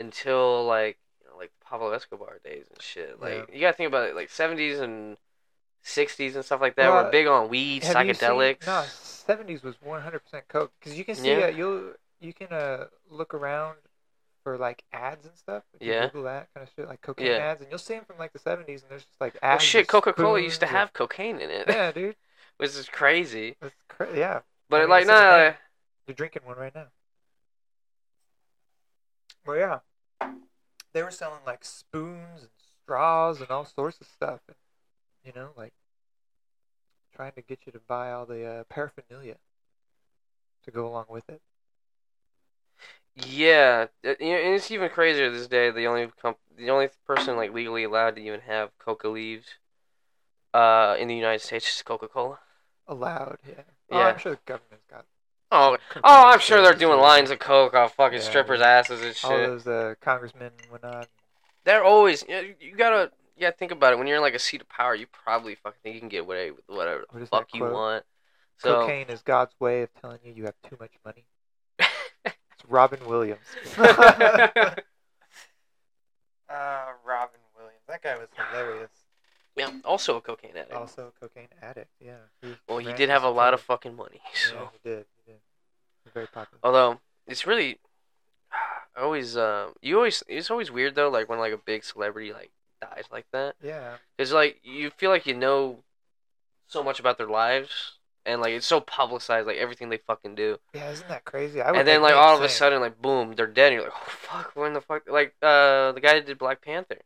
S2: until like you know, like Pablo Escobar days and shit. Like you gotta think about it, like seventies and sixties and stuff like that.
S1: Well,
S2: were big on weed,
S1: Have you seen-
S2: psychedelics.
S1: No, seventies was one hundred percent Coke because you can see
S2: Yeah.
S1: uh, you you can uh, look around for like ads and stuff. If you
S2: Yeah.
S1: Google that kind of shit, like cocaine
S2: Yeah.
S1: ads, and you'll see them from like the seventies, and there's just like
S2: Well,
S1: ads.
S2: shit,
S1: with
S2: Coca Cola used to
S1: spoons
S2: have cocaine in it,
S1: and- Yeah, dude,
S2: which is crazy.
S1: that's cra- yeah. I
S2: But
S1: mean,
S2: like,
S1: it's just a
S2: nah,
S1: thing.
S2: like,
S1: You're drinking one right now. Well, yeah, they were selling like spoons and straws and all sorts of stuff, and, you know, like trying to get you to buy all the uh, paraphernalia to go along with it.
S2: yeah, Uh, you know, and it's even crazier this day. The only comp- the only person like legally allowed to even have coca leaves, uh, in the United States is Coca Cola.
S1: Allowed, yeah. Oh,
S2: Yeah.
S1: I'm sure the government's got.
S2: Oh,
S1: some
S2: oh, I'm
S1: controls
S2: sure they're doing
S1: over
S2: lines
S1: it.
S2: of coke off fucking
S1: Yeah,
S2: strippers'
S1: yeah.
S2: asses and
S1: All
S2: shit.
S1: those uh, congressmen and whatnot.
S2: They're always you, know, you gotta yeah think about it. When you're in like a seat of power, you probably fucking think you can get whatever whatever
S1: What
S2: the
S1: is
S2: fuck
S1: that
S2: you
S1: quote?
S2: want. So
S1: Cocaine is God's way of telling you you have too much money. it's Robin Williams. Uh, Robin Williams. That guy was hilarious.
S2: yeah, also a cocaine addict.
S1: Also a cocaine addict. Yeah. He
S2: Well, he
S1: ran
S2: did
S1: for
S2: have a
S1: some
S2: lot of
S1: time.
S2: fucking money. So,
S1: Yeah, he did. He did. He's very popular.
S2: although it's really, I always, um, you always, it's always weird though, like when like a big celebrity like dies like that,
S1: Yeah.
S2: because like you feel like you know so much about their lives, and like it's so publicized, like everything they fucking do,
S1: Yeah. Isn't that crazy? I would
S2: and then
S1: think
S2: like
S1: the
S2: all of a
S1: same.
S2: sudden, like boom, they're dead. And you're like, oh fuck, when the fuck, like uh, the guy that did Black Panther,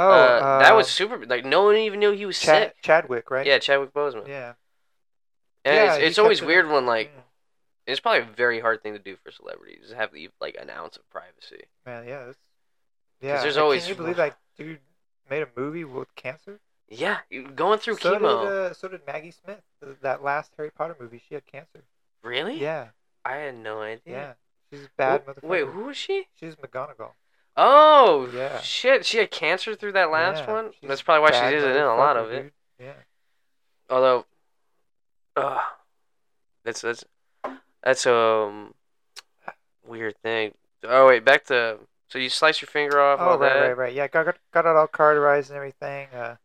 S1: Oh,
S2: uh, that
S1: um,
S2: was super. Like no one even knew he was
S1: Chad-
S2: sick.
S1: Chadwick, right?
S2: Yeah, Chadwick Boseman.
S1: Yeah. Mm. Yeah,
S2: And
S1: he
S2: it's, it's
S1: kept
S2: always
S1: it-
S2: weird when like
S1: Yeah.
S2: it's probably a very hard thing to do for celebrities is have the, like an ounce of privacy.
S1: Man, yeah, that's, yeah.
S2: there's
S1: like,
S2: always-
S1: Can you believe like dude made a movie with cancer?
S2: Yeah, you- going through
S1: so
S2: chemo.
S1: Did, uh, so did Maggie Smith. th- That last Harry Potter movie, she had cancer.
S2: really?
S1: Yeah,
S2: I had no idea.
S1: yeah. She's a bad
S2: Wh-
S1: motherfucker.
S2: Wait, who was she?
S1: She's McGonagall.
S2: Oh,
S1: Yeah.
S2: shit. She had cancer through that last
S1: Yeah,
S2: one.
S1: she's
S2: That's probably why
S1: bad
S2: she did it in a lot
S1: motherfucker,
S2: of it.
S1: dude. Yeah.
S2: Although, uh, that's that's that's um weird thing. Oh wait, back to so you slice your finger off.
S1: Oh
S2: all
S1: right,
S2: that.
S1: right, right. Yeah, got got, got it all carterized and everything. Uh,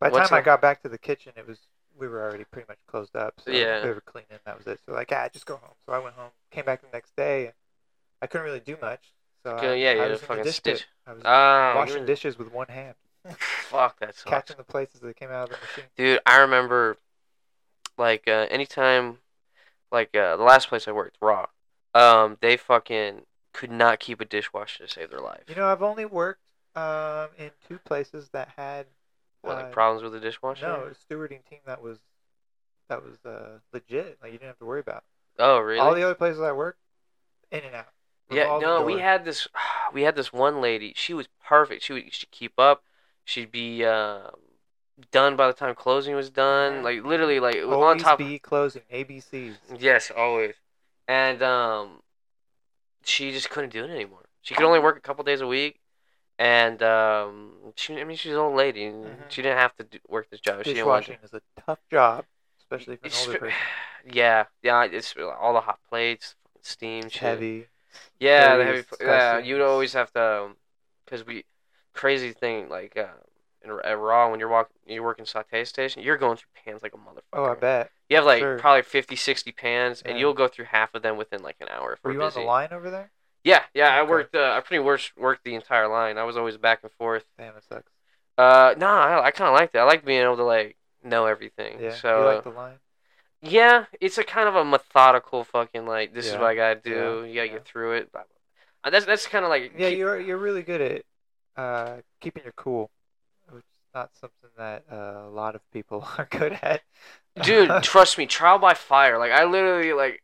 S1: by the
S2: What's
S1: time I
S2: the-
S1: got back to the kitchen, it was we were already pretty much closed up. So
S2: Yeah.
S1: They were cleaning. That was it. So like, ah, just go home. So I went home. Came back the next day. I couldn't really do much. So I,
S2: Go- yeah, you
S1: I
S2: had a
S1: was in the
S2: fucking
S1: dish pit.
S2: stitch.
S1: I was
S2: Ah,
S1: washing
S2: you're-
S1: dishes with one hand,
S2: fuck that sucks.
S1: catching the places that came out of the machine.
S2: dude i remember like uh anytime like uh the last place i worked raw um they fucking could not keep a dishwasher to save their life
S1: You know, I've only worked um, in two places that had
S2: What, like
S1: uh,
S2: problems with the dishwasher
S1: no a stewarding team that was that was uh, legit. Like you didn't have to worry about.
S2: oh really
S1: All the other places I worked, in and out.
S2: yeah
S1: Revolving
S2: no we
S1: door.
S2: had this we had this one lady she was perfect she would she'd keep up she'd be um done by the time closing was done like literally like it was
S1: Always
S2: on top
S1: be closing ABCs.
S2: Yes, always. And um, she just couldn't do it anymore. She could only work a couple days a week, and um, she I mean she's an old lady. And
S1: Mhm.
S2: She didn't have to do, work this job. if She didn't want to.
S1: Dishwashing is a tough job, especially for an
S2: It's-
S1: older person.
S2: Yeah, yeah. It's all the hot plates, steam,
S1: It's
S2: shit.
S1: heavy.
S2: Yeah, the
S1: Very
S2: heavy. pl- Yeah,
S1: disgusting.
S2: you'd always have to, because we, crazy thing like uh, in, at Raw when you're walking, you work in saute station, you're going through pans like a motherfucker.
S1: Oh, I bet.
S2: You have like
S1: Sure.
S2: probably 50, 60 pans, and
S1: Yeah.
S2: you'll go through half of them within like an hour. If
S1: Were
S2: we're
S1: you on
S2: busy.
S1: the line over there?
S2: Yeah, yeah. I
S1: Okay.
S2: worked. Uh, I pretty much worked the entire line. I was always back and forth.
S1: Damn, it sucks.
S2: Uh, nah, I, I kind of liked it. I like being able to like know everything.
S1: Yeah.
S2: So
S1: you
S2: uh,
S1: like the line?
S2: yeah, it's a kind of a methodical fucking like this is
S1: Yeah,
S2: what I gotta do. You
S1: yeah.
S2: gotta get through it. Blah, blah. Uh, that's that's kind of like
S1: Yeah,
S2: keep-
S1: you're you're really good at uh, keeping your cool, which is not something that uh, a lot of people are good at.
S2: dude. trust me, trial by fire. Like I literally like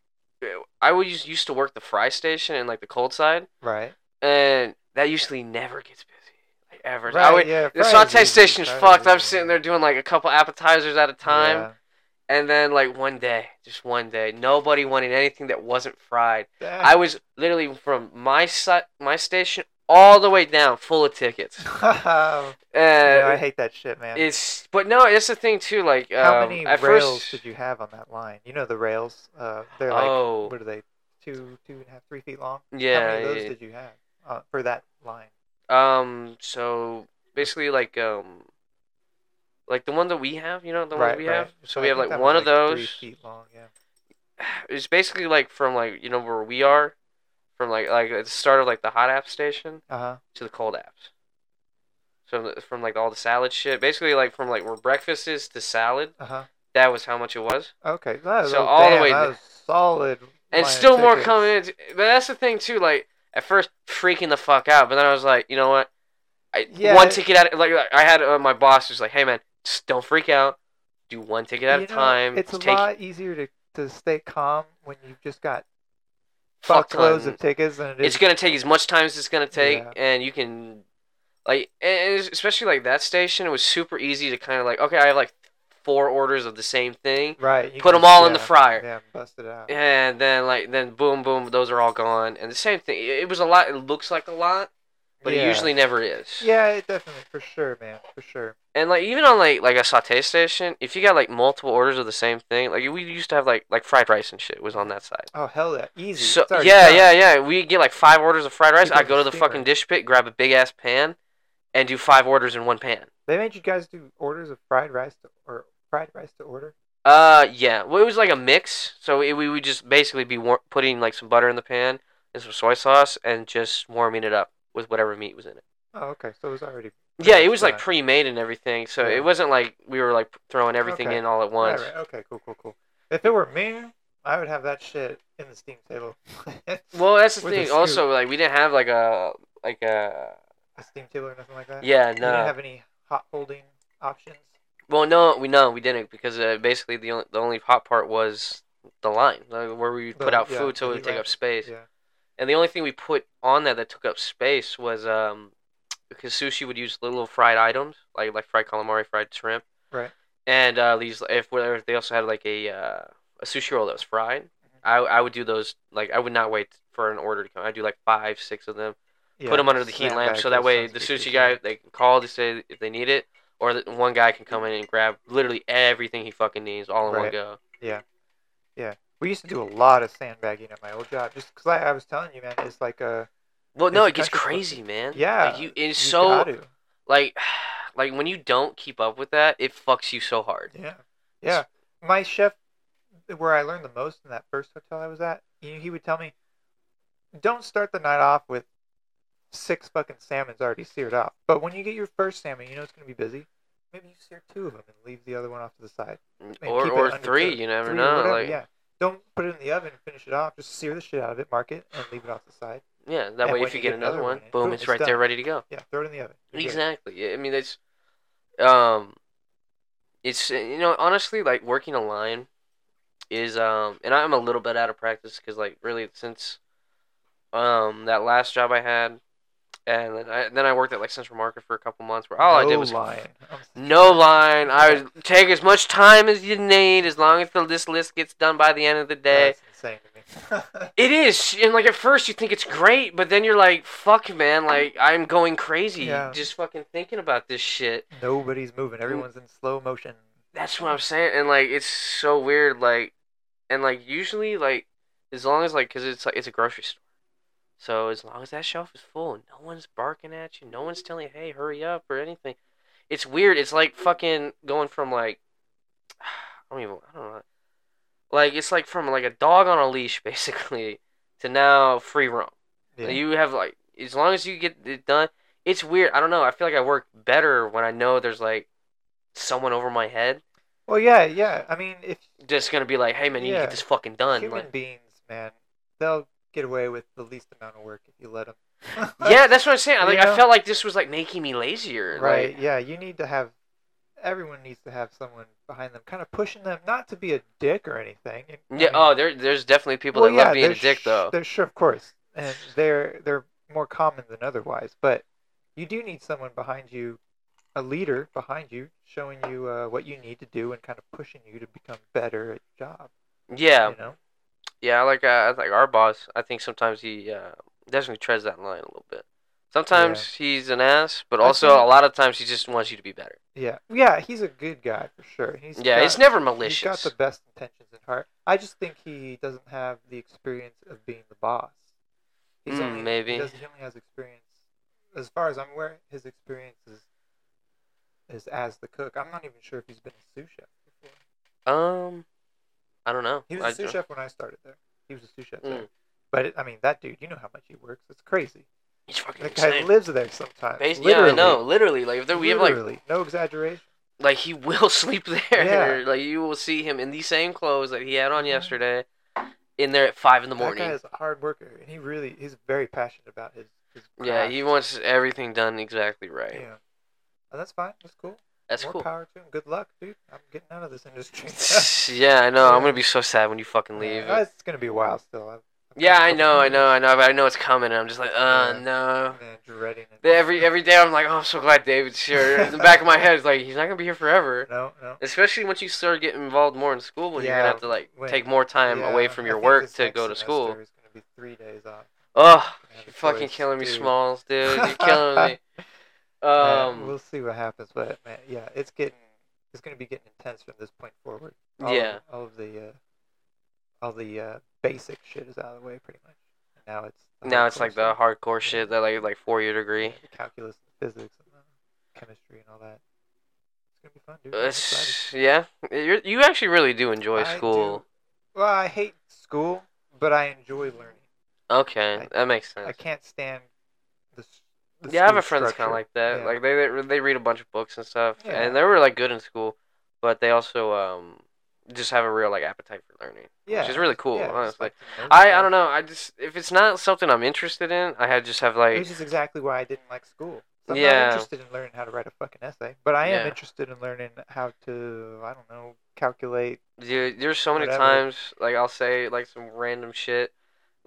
S2: I was used to work the fry station and like the cold side,
S1: right.
S2: and that usually never gets busy like ever. I
S1: Right,
S2: would,
S1: yeah,
S2: the
S1: fries is
S2: saute
S1: easy,
S2: station's
S1: fries is
S2: fucked. I'm
S1: easy.
S2: sitting there doing like a couple appetizers at a time.
S1: Yeah.
S2: And then like one day, just one day, nobody wanted anything that wasn't fried. I
S1: I
S2: was literally from my si- my station all the way down, full of tickets.
S1: Yeah, I
S2: And
S1: hate that shit, man.
S2: it's but no, it's the thing too. Like um,
S1: How many
S2: at
S1: rails
S2: first,
S1: did you have on that line? You know the rails. Uh, they're like
S2: Oh.
S1: what are they? Two, two and a half, three feet long. How
S2: yeah,
S1: many of those
S2: yeah.
S1: did you have uh, for that line?
S2: Um. So basically, like um, like the one that we have, you know, the one that we have. So we
S1: I
S2: have
S1: think
S2: like
S1: that
S2: one
S1: one's,
S2: of
S1: like,
S2: those.
S1: Three feet long. Yeah.
S2: It's basically like from like you know where we are, from like like at the start of like the hot app station
S1: Uh huh.
S2: to the cold apps. So the- from like all the salad shit, basically like from like where breakfast is to salad,
S1: Uh huh.
S2: that was how much it was,
S1: Okay. That was,
S2: So
S1: oh,
S2: all the
S1: damn,
S2: way
S1: That
S2: th-
S1: was solid.
S2: and
S1: line of
S2: still more
S1: tickets.
S2: coming in. But that's the thing too, like at first freaking the fuck out, but then I was like, you know what? I
S1: Yeah,
S2: one
S1: it-
S2: ticket at like I had uh, my boss was like, hey man, just don't freak out, do one ticket at
S1: You
S2: a
S1: know,
S2: time.
S1: It's a
S2: take
S1: lot easier to, to stay calm when you've just got
S2: fuck
S1: fuckloads
S2: ton-
S1: of tickets than it is.
S2: it's gonna take as much time as it's gonna take,
S1: Yeah.
S2: and you can, like, and and especially like that station, it was super easy to kind of like, okay, I have like four orders of the same thing,
S1: right. You
S2: put
S1: can-
S2: 'em all in the
S1: yeah,
S2: fryer.
S1: Yeah, bust it out.
S2: and then like then boom boom, those are all gone, and the same thing. It it was a lot. It looks like a lot, but it
S1: Yeah.
S2: usually never is.
S1: Yeah, it definitely for sure, man, for sure.
S2: And like even on like like a saute station, if you got like multiple orders of the same thing, like we used to have like like fried rice and shit was on that side.
S1: Oh hell yeah, easy.
S2: So
S1: It's already
S2: yeah,
S1: done.
S2: yeah, yeah. We get like five orders of fried rice.
S1: Keep it
S2: I go to the
S1: steamer.
S2: fucking dish pit, grab a big ass pan, and do five orders in one pan.
S1: They made you guys do orders of fried rice to, or fried rice to order.
S2: Uh, yeah. Well, it was like a mix, so it, we would just basically be war- putting like some butter in the pan and some soy sauce, and just warming it up with whatever meat was in it.
S1: Oh, okay. So it was already.
S2: Yeah, it was like
S1: Right.
S2: pre-made and everything, so
S1: Yeah.
S2: it wasn't like we were like throwing everything
S1: Okay.
S2: in all at
S1: Right,
S2: once.
S1: right. Okay. Cool. Cool. Cool. If it were me, I would have that shit in the steam table.
S2: Well, that's the
S1: With a
S2: thing.
S1: scoop.
S2: Also, like we didn't have like a like a
S1: a steam table or nothing like that.
S2: yeah
S1: You didn't
S2: no.
S1: have any hot holding options.
S2: Well, no, we no we didn't because uh, basically the only the only hot part was the line like, where we put
S1: The-
S2: out
S1: yeah,
S2: food, so
S1: the
S2: it would
S1: heat
S2: take
S1: lamp.
S2: up space.
S1: Yeah.
S2: And the only thing we put on there that took up space was um because sushi would use little fried items like like fried calamari, fried shrimp,
S1: Right.
S2: And uh, these if whether if they also had like a uh, a sushi roll that was fried.
S1: Mm-hmm.
S2: I, I would do those like I would not wait for an order to come. I do like five six of them.
S1: yeah.
S2: put them under the heat
S1: slam
S2: lamp
S1: bag,
S2: so that
S1: those
S2: way
S1: sounds
S2: the
S1: good,
S2: sushi
S1: too.
S2: guy they can call to say if they need it or the, one guy can come in and grab literally everything he fucking needs all in one
S1: Right.
S2: go
S1: We used to do a lot of sandbagging at my old job, just because I, I was telling you, man, it's like a
S2: well no
S1: It's
S2: it gets
S1: country club.
S2: crazy man
S1: Yeah,
S2: like you it's
S1: you
S2: so
S1: gotta.
S2: like like when you don't keep up with that it fucks you so hard
S1: Yeah. Yeah. My chef, where I learned the most in that first hotel I was at, he he would tell me, don't start the night off with six fucking salmons already seared up. But when you get your first salmon, you know it's going to be busy. Maybe you sear two of them and leave the other one off to the side. And
S2: or
S1: keep it
S2: or
S1: under
S2: three
S1: two-
S2: you never
S1: three or
S2: know
S1: whatever,
S2: like yeah,
S1: yeah. Don't put it in the oven and finish it off. Just sear the shit out of it, mark it, and leave it off the side.
S2: that
S1: And
S2: way
S1: when
S2: if you get another one
S1: in,
S2: boom
S1: boom,
S2: it's
S1: it's
S2: right there
S1: done.
S2: ready to go
S1: Yeah, throw it in the oven. You're good.
S2: Exactly. Yeah, I mean, it's, um, it's you know honestly like working a line is um, and I'm a little bit out of practice because like really since um that last job I had, and then I then I worked at like Central Market for a couple months where all I did
S1: No
S2: was
S1: lying. I'm s-
S2: no line. I would take as much time as you need as long as the, this list gets done by the end of the day.
S1: That's insane to me.
S2: It is, and like at first you think it's great, but then you're like, "Fuck, man! Like I'm going crazy
S1: Yeah.
S2: just fucking thinking about this shit."
S1: Nobody's moving. Everyone's in slow motion.
S2: That's what I'm saying, and like it's so weird, like, and like usually like as long as like because it's like it's a grocery store, so as long as that shelf is full and no one's barking at you, no one's telling you, "Hey, hurry up" or anything, it's weird. It's like fucking going from like I don't even I don't know, like it's like from like a dog on a leash basically to now free roam.
S1: Yeah.
S2: You have like as long as you get it done. It's weird. I don't know. I feel like I work better when I know there's like someone over my head
S1: Well, yeah, yeah. I mean, if
S2: just gonna be like, "Hey man, you need to
S1: Yeah.
S2: get this fucking done."
S1: human
S2: Like,
S1: beings, man, they'll get away with the least amount of work if you let them.
S2: yeah, that's what I'm saying. I,
S1: You
S2: Like, I
S1: know?
S2: felt like this was like making me lazier.
S1: right.
S2: Like,
S1: yeah, you need to have. Everyone needs to have someone behind them, kind of pushing them, not to be a dick or anything. and- I
S2: yeah.
S1: mean-
S2: Oh, there, there's definitely people
S1: well,
S2: that
S1: yeah,
S2: love being a
S1: they're
S2: dick
S1: sh-
S2: though.
S1: They're sure, of course, and they're they're more common than otherwise. But you do need someone behind you a leader behind you showing you uh, what you need to do and kind of pushing you to become better at your job.
S2: Yeah,
S1: You know?
S2: yeah. Like uh, like our boss, I think sometimes he uh, definitely treads that line a little bit. Sometimes he's an ass, but
S1: I
S2: also
S1: think-
S2: a lot of times he just wants you to be better.
S1: Yeah. Yeah, he's a good guy for sure. He's
S2: yeah,
S1: got,
S2: it's never
S1: He's got
S2: malicious.
S1: the best intentions at heart. I just think he doesn't have the experience of being the boss. He's
S2: Mm,
S1: only,
S2: maybe.
S1: He, doesn't, he only has experience, as far as I'm aware, his experience is, is as the cook. I'm not even sure if he's been a sous chef before.
S2: um, I don't know.
S1: He was
S2: I
S1: a sous
S2: don't-
S1: chef when I started there. He was a sous chef there.
S2: Mm.
S1: But, it, I mean, that dude, you know how much he works. It's crazy.
S2: He's fucking
S1: That guy
S2: insane.
S1: lives there sometimes.
S2: Bas- yeah,
S1: literally.
S2: I know. Literally, like if there, we have like
S1: Literally. no exaggeration.
S2: like he will sleep there. Like you will see him in the same clothes that he had on
S1: Mhm.
S2: yesterday, in there at five in the
S1: That guy
S2: morning.
S1: is a hard worker, and he really he's very passionate about his. his
S2: Yeah,
S1: craft.
S2: he wants everything done exactly right.
S1: Yeah. And Oh, that's fine. That's cool.
S2: That's
S1: More
S2: cool.
S1: power to him. Good luck, dude. I'm getting out of this industry.
S2: yeah, I know.
S1: Yeah.
S2: I'm gonna be so sad when you fucking leave.
S1: Yeah, it's gonna be a while still. I'm, I'm
S2: Yeah,
S1: kinda
S2: I know, I know,
S1: hoping-
S2: I know, but I know it's coming. And I'm just like, uh,
S1: Yeah.
S2: no.
S1: Man, dreading it.
S2: Every every day, I'm like, oh, I'm so glad David's here. In the back of my head, it's like he's not gonna be here forever.
S1: No, no.
S2: Especially once you start getting involved more in school, when you're
S1: Yeah,
S2: gonna have to like
S1: when-
S2: take more time
S1: Yeah,
S2: away from
S1: I
S2: your
S1: think
S2: work
S1: this
S2: to
S1: next
S2: go to school.
S1: semester is gonna be three days off.
S2: Oh,
S1: I have a
S2: you're fucking
S1: choice,
S2: killing me,
S1: dude.
S2: Smalls, dude. You're killing
S1: Man,
S2: me. Um,
S1: we'll see what happens, but man, yeah, it's getting it's gonna be getting intense from this point forward. All
S2: Yeah.
S1: Of, all of the uh, all the uh, basic shit is out of the way, pretty much. Now it's the
S2: now it's
S1: hardcore
S2: like the
S1: stuff.
S2: hardcore shit that like like four year degree.
S1: Yeah, calculus and physics and uh, chemistry and all that. It's gonna be fun, dude. I'm excited.
S2: It's, yeah, you you actually really do enjoy
S1: I do-
S2: school.
S1: Well, I hate school, but I enjoy learning.
S2: Okay,
S1: I-
S2: that makes
S1: I
S2: sense.
S1: can't stand the. s- the
S2: Yeah, I have
S1: school
S2: a friend that's
S1: structure.
S2: kind of like that.
S1: Yeah.
S2: Like they they- they read a bunch of books and stuff,
S1: Yeah.
S2: and they were like good in school, but they also um just have a real like appetite for learning,
S1: yeah,
S2: which is really cool.
S1: yeah, just
S2: honestly,
S1: like to know
S2: I I
S1: stuff.
S2: don't know. I just if it's not something I'm interested in, I had just have like
S1: Which is exactly why I didn't like school. So I'm
S2: Yeah.
S1: not interested in learning how to write a fucking essay, but I am
S2: Yeah.
S1: interested in learning how to, I don't know, calculate.
S2: Dude, there's so many
S1: Whatever.
S2: times like I'll say like some random shit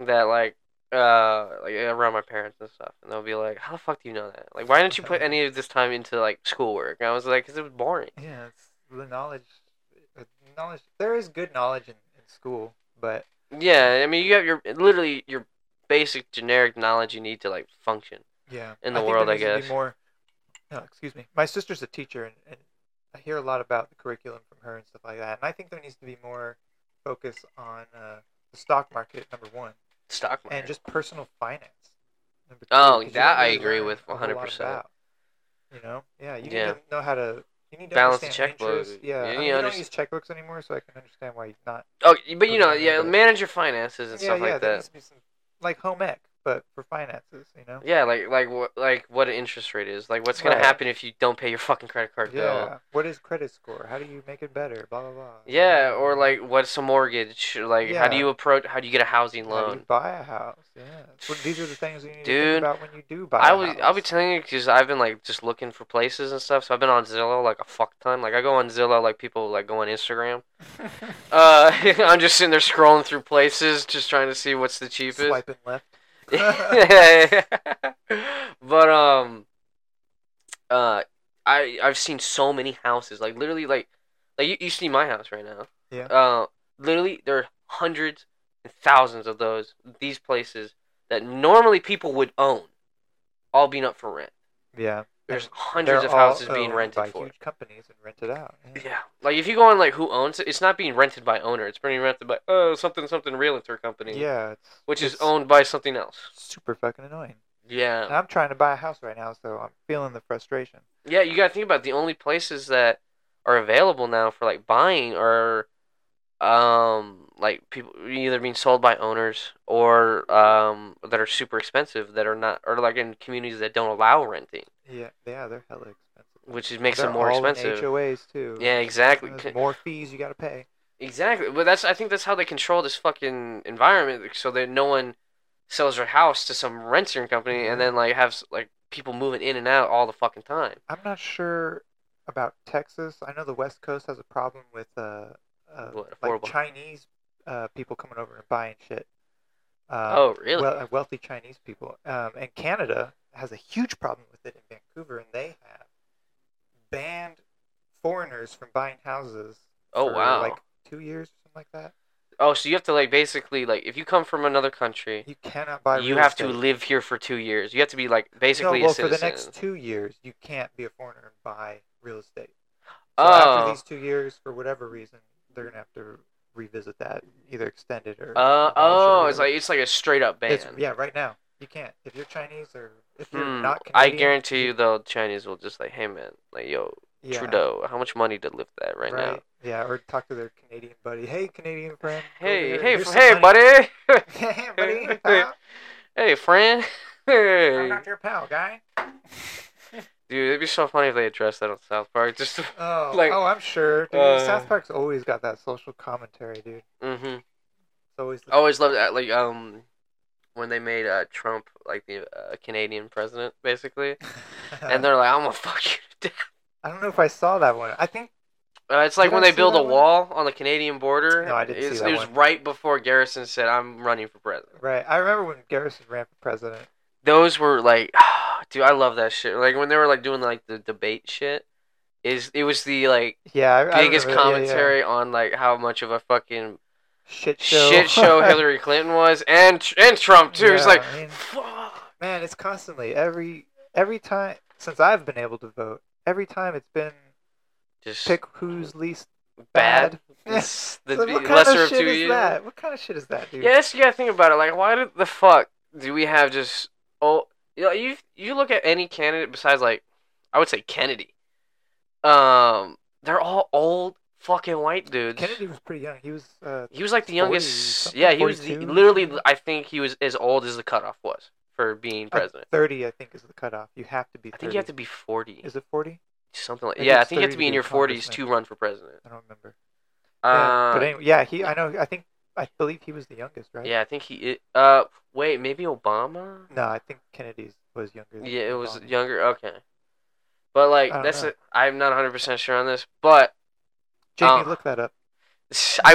S2: that like uh like around my parents and stuff, and they'll be like, "How the fuck do you know that? Like, why didn't you put any of this time into like schoolwork?" And I was like, "Cause it was boring."
S1: Yeah, it's the knowledge. uh, Knowledge. There is good knowledge in, in school, but
S2: Yeah, I mean, you have your literally your basic generic knowledge you need to like function.
S1: yeah,
S2: In the
S1: I think
S2: world,
S1: there
S2: I
S1: needs to be
S2: guess.
S1: more. No, excuse me. My sister's a teacher, and, and I hear a lot about the curriculum from her and stuff like that. And I think there needs to be more focus on uh, the stock market, number one,
S2: Stock market.
S1: and just personal finance. Number two,
S2: Oh,
S1: 'cause you
S2: that
S1: don't
S2: I
S1: really
S2: agree
S1: learn
S2: with
S1: a whole lot
S2: 100%.
S1: about, You know, yeah, you
S2: Yeah.
S1: need to know how to you need to
S2: Balance the
S1: understand
S2: checkbook.
S1: interest. Yeah,
S2: You
S1: I
S2: need
S1: mean,
S2: to
S1: you don't
S2: underst-
S1: use checkbooks anymore, so I can understand why you're not.
S2: oh, but you know,
S1: Put it in
S2: yeah,
S1: there, but-
S2: manage your finances and
S1: yeah,
S2: stuff
S1: yeah,
S2: like
S1: there
S2: that.
S1: needs to be some like home ec, but for finances, you know.
S2: Yeah, like like what like what an interest rate is. Like, what's gonna
S1: Right.
S2: happen if you don't pay your fucking credit card bill?
S1: Yeah. What is credit score? How do you make it better? Blah blah blah.
S2: Yeah, or like what's a mortgage? Like how do
S1: Yeah.
S2: you approach how do you get a housing
S1: How do
S2: loan?
S1: you buy a house? Yeah. Well, these are the things that you need
S2: Dude,
S1: to think about when you do buy.
S2: I
S1: a
S2: was
S1: house.
S2: I'll be telling you because I've been like just looking for places and stuff. So I've been on Zillow like a fuck ton. Like I go on Zillow like people like go on Instagram. Uh, I'm just sitting there scrolling through places, just trying to see what's the cheapest.
S1: Swiping left.
S2: but um, uh, I I've seen so many houses like literally like like you, you see my house right now.
S1: Yeah.
S2: Uh, literally there are hundreds and thousands of those these places that normally people would own, all being up for rent.
S1: Yeah.
S2: There's
S1: And
S2: hundreds
S1: they're
S2: of houses
S1: all
S2: being
S1: owned
S2: rented
S1: by
S2: for.
S1: huge companies and rented out.
S2: Yeah, like if you go on like who owns it, it's not being rented by owner. It's being rented by oh something something realtor company.
S1: Yeah. It's,
S2: Which is
S1: it's
S2: owned by something else.
S1: super fucking annoying.
S2: Yeah.
S1: And I'm trying to buy a house right now, so I'm feeling the frustration.
S2: Yeah, you gotta think about the only places that are available now for like buying are um like people either being sold by owners or um that are super expensive that are not or like in communities that don't allow renting,
S1: Yeah, yeah, they're hella expensive.
S2: which is, makes
S1: They're
S2: them more
S1: all in
S2: expensive.
S1: HOAs too.
S2: Yeah, exactly.
S1: There's
S2: C-
S1: more fees you gotta pay.
S2: Exactly. But that's I think that's how they control this fucking environment so that no one sells their house to some renting company
S1: Mm-hmm.
S2: and then like have s- like people moving in and out all the fucking time.
S1: I'm not sure about Texas. I know the West Coast has a problem with uh, uh
S2: What,
S1: like
S2: affordable-
S1: Chinese uh people coming over and buying shit. Uh,
S2: oh, really?
S1: well, uh, wealthy Chinese people. Um, and Canada has a huge problem with it in Vancouver, and they have foreigners from buying houses.
S2: Oh,
S1: for,
S2: wow.
S1: Like two years or something like that.
S2: Oh, so you have to like basically like if you come from another country,
S1: You cannot buy.
S2: you
S1: real
S2: have to
S1: estate.
S2: live here for two years. You have to be like basically
S1: no, well,
S2: a citizen.
S1: for the next two years, you can't be a foreigner and buy real estate. So
S2: oh,
S1: after these two years, for whatever reason, they're gonna have to revisit that, either extend it or.
S2: uh,
S1: abolish it or
S2: oh, it's
S1: whatever.
S2: like it's like a straight up ban.
S1: It's- yeah, right now you can't. If you're Chinese or if you're
S2: Hmm,
S1: not
S2: I
S1: Canadian,
S2: guarantee you, the Chinese will just like, hey man, like yo,
S1: yeah,
S2: Trudeau, how much money to live that right, now?
S1: Yeah, or talk to their Canadian buddy. Hey, Canadian friend. go over
S2: Hey,
S1: here,
S2: hey,
S1: here's
S2: fr-
S1: some
S2: hey,
S1: money."
S2: buddy,
S1: hey, buddy. huh?
S2: hey, friend.
S1: I'm
S2: Hey,
S1: not your pal, guy.
S2: dude, it'd be so funny if they addressed that on South Park. Just,
S1: Oh,
S2: Like,
S1: oh, I'm sure. Dude,
S2: uh,
S1: South Park's always got that social commentary, dude. It's
S2: mm-hmm.
S1: always the
S2: I always loved that, like um, when they made uh Trump like the uh, Canadian president basically,
S1: Uh-huh.
S2: and they're like, "I'm gonna fuck you to death."
S1: I don't know if I saw that one. I think
S2: Uh, it's like
S1: Did
S2: when
S1: I
S2: they
S1: see
S2: build a
S1: that one?
S2: wall on the Canadian border.
S1: No, I didn't see
S2: It's-
S1: that
S2: It was
S1: one.
S2: right before Garrison said, "I'm running for president."
S1: right. I remember when Garrison ran for president.
S2: Those were like, dude, I love that shit. Like when they were like doing like the debate shit, is it was the like
S1: Yeah, I,
S2: biggest
S1: I remember, yeah, yeah.
S2: commentary on like how much of a fucking
S1: Shit show.
S2: shit show Hillary Clinton was, and and Trump too. It's
S1: Yeah,
S2: like,
S1: I mean-
S2: fuck.
S1: Man, it's constantly every every time since I've been able to vote. Every time it's been
S2: Just
S1: pick who's least
S2: bad.
S1: bad.
S2: It's the
S1: So
S2: the
S1: what kind
S2: lesser
S1: of
S2: of,
S1: shit
S2: two
S1: is
S2: evils.
S1: that? What kind of shit is that, dude?
S2: Yeah, that's you gotta think about it. Like, why did the fuck do we have just oh you know, you you look at any candidate besides like I would say Kennedy. Um, they're all old fucking white dudes.
S1: Kennedy was pretty young. He was uh,
S2: He was like the
S1: 40
S2: youngest.
S1: something,
S2: Yeah, he was the,
S1: 42,
S2: literally.
S1: something.
S2: I think he was as old as the cutoff was for being president.
S1: thirty, I think, is the cutoff. You have to be. 30.
S2: I think you have to be forty,
S1: Is it forty?
S2: something like.
S1: I think
S2: Yeah, I
S1: it's
S2: think you
S1: 30
S2: have to
S1: to
S2: be in
S1: be
S2: your
S1: a
S2: forties to
S1: congressman.
S2: run for president.
S1: I don't remember. yeah,
S2: Uh,
S1: but anyway, yeah, he. I know. I think. I believe he was the youngest, right?
S2: yeah, I think he. i- Uh, wait, maybe Obama.
S1: No, I think Kennedy's was younger. Than
S2: Yeah, it was
S1: Obama.
S2: younger. Okay, but like
S1: I don't
S2: that's
S1: know.
S2: it. I'm not 100 percent sure on this, but
S1: Jamie,
S2: Oh.
S1: look that up.
S2: I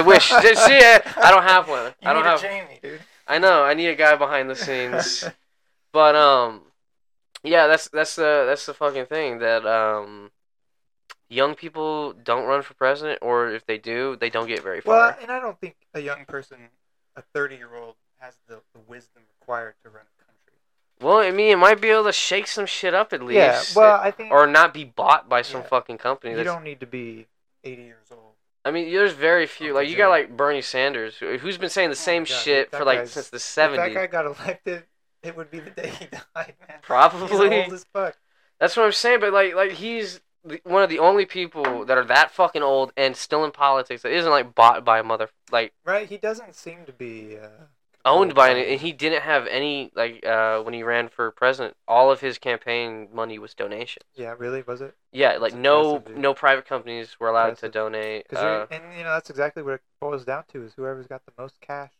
S2: wish. See, I don't have one.
S1: You
S2: I don't
S1: need a
S2: have.
S1: Jamie, dude.
S2: I know. I need a guy behind the scenes. but um, yeah, that's that's the that's the fucking thing that um, young people don't run for president, or if they do, they don't get very far.
S1: well, and I don't think a young person, a thirty-year-old, has the, the wisdom required to run a country.
S2: Well, I mean, it might be able to shake some shit up at least.
S1: Yeah. Well, I think
S2: or not be bought by some
S1: Yeah.
S2: fucking company.
S1: you
S2: That's
S1: don't need to be eighty years old.
S2: I mean, there's very few.
S1: Uncle
S2: Like you got
S1: Joe.
S2: like Bernie Sanders, who- who's been saying the
S1: Oh my
S2: same
S1: God,
S2: shit
S1: that
S2: for like
S1: guy's-
S2: since the
S1: If that guy
S2: '70s.
S1: got elected, it would be the day he died, man. He's
S2: Probably.
S1: old as fuck.
S2: That's what I'm saying. But like, like he's the- one of the only people that are that fucking old and still in politics that isn't like bought by a mother, like
S1: Right? He doesn't seem to be uh,
S2: owned by any.
S1: controlled
S2: And he didn't have any like uh, when he ran for president. All of his campaign money was donation.
S1: Yeah, really? Was it?
S2: Yeah, like
S1: That's
S2: no
S1: impressive, dude.
S2: no private companies were allowed to
S1: Impressive.
S2: donate.
S1: Cause
S2: Uh,
S1: you're- and you know that's exactly what it boils down to is whoever's got the most cash.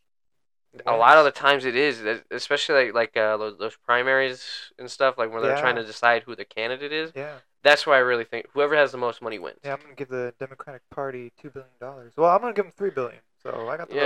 S2: a lot of the times it is that- especially like like uh, those, those primaries and stuff like when they're
S1: Yeah.
S2: trying to decide who the candidate is
S1: Yeah,
S2: that's why i really think whoever has the most money wins
S1: yeah. I'm gonna give the Democratic Party two billion dollars. Well, I'm gonna give them three billion. So I got the.
S2: yeah, oh,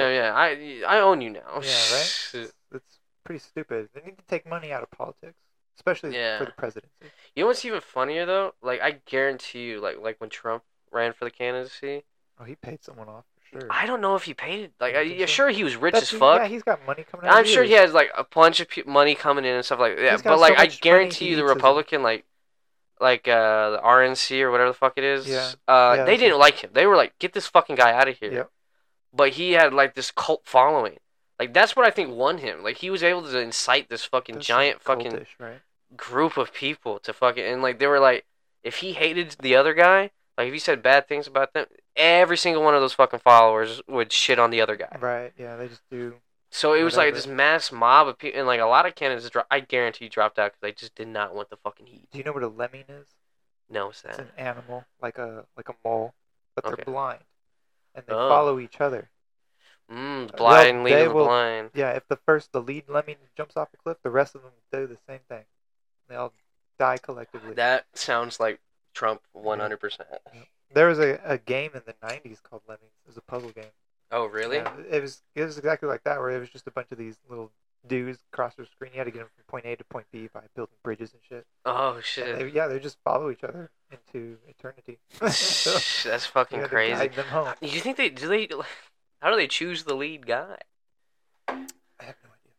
S1: vote.
S2: yeah, i i own you now
S1: Yeah, right. It's pretty stupid. They need to take money out of politics, especially
S2: Yeah.
S1: for the presidency.
S2: you know what's even funnier though like i guarantee you like like when trump ran for the candidacy
S1: Oh, he paid someone off for sure.
S2: i don't know if he paid it like
S1: You
S2: I,
S1: think
S2: yeah
S1: so?
S2: sure he was rich
S1: That's-
S2: as fuck
S1: Yeah, he's got money coming out.
S2: I'm
S1: of
S2: sure
S1: ears.
S2: he has like a bunch of pe- money coming in and stuff like that.
S1: He's got
S2: But
S1: so
S2: like, I
S1: much money,
S2: guarantee
S1: he
S2: you, the
S1: eats his-
S2: Republican like, like uh, the RNC or whatever the fuck it is,
S1: Yeah.
S2: uh,
S1: Yeah,
S2: they
S1: that's
S2: didn't
S1: it.
S2: like him. They were like, "Get this fucking guy out of here."
S1: Yep.
S2: But he had like this cult following. Like that's what I think won him. Like he was able to incite this fucking
S1: That's
S2: giant fucking
S1: cultish, right?
S2: group of people to fucking and like they were like, if he hated the other guy, like if he said bad things about them, every single one of those fucking followers would shit on the other guy.
S1: Right. Yeah, they just do.
S2: So it was like
S1: Whatever.
S2: this mass mob of people, and like a lot of candidates. Dro- I guarantee dropped out because they just did not want the fucking heat.
S1: Do you know what a lemming is?
S2: No, it's
S1: It's
S2: that.
S1: an animal, like a like a mole, but they're
S2: Okay.
S1: blind, and they
S2: Oh.
S1: follow each other.
S2: Mm, blind
S1: Uh, Well,
S2: leading
S1: they
S2: the
S1: will-
S2: blind.
S1: Yeah, if the first the lead lemming jumps off a cliff, the rest of them do the same thing. They all die collectively.
S2: That sounds like Trump one hundred percent.
S1: there was a, a game in the '90s called Lemmings. It was a puzzle game.
S2: Oh really?
S1: Yeah, it was it was exactly like that, where it was just a bunch of these little dudes across the screen. You had to get them from point A to point B by building bridges and shit.
S2: Oh
S1: And
S2: shit.
S1: they, yeah, they just follow each other into into eternity. So,
S2: That's
S1: we
S2: fucking
S1: had to
S2: crazy.
S1: guide them home.
S2: You think they do they? How do they choose the lead guy?
S1: I have no idea.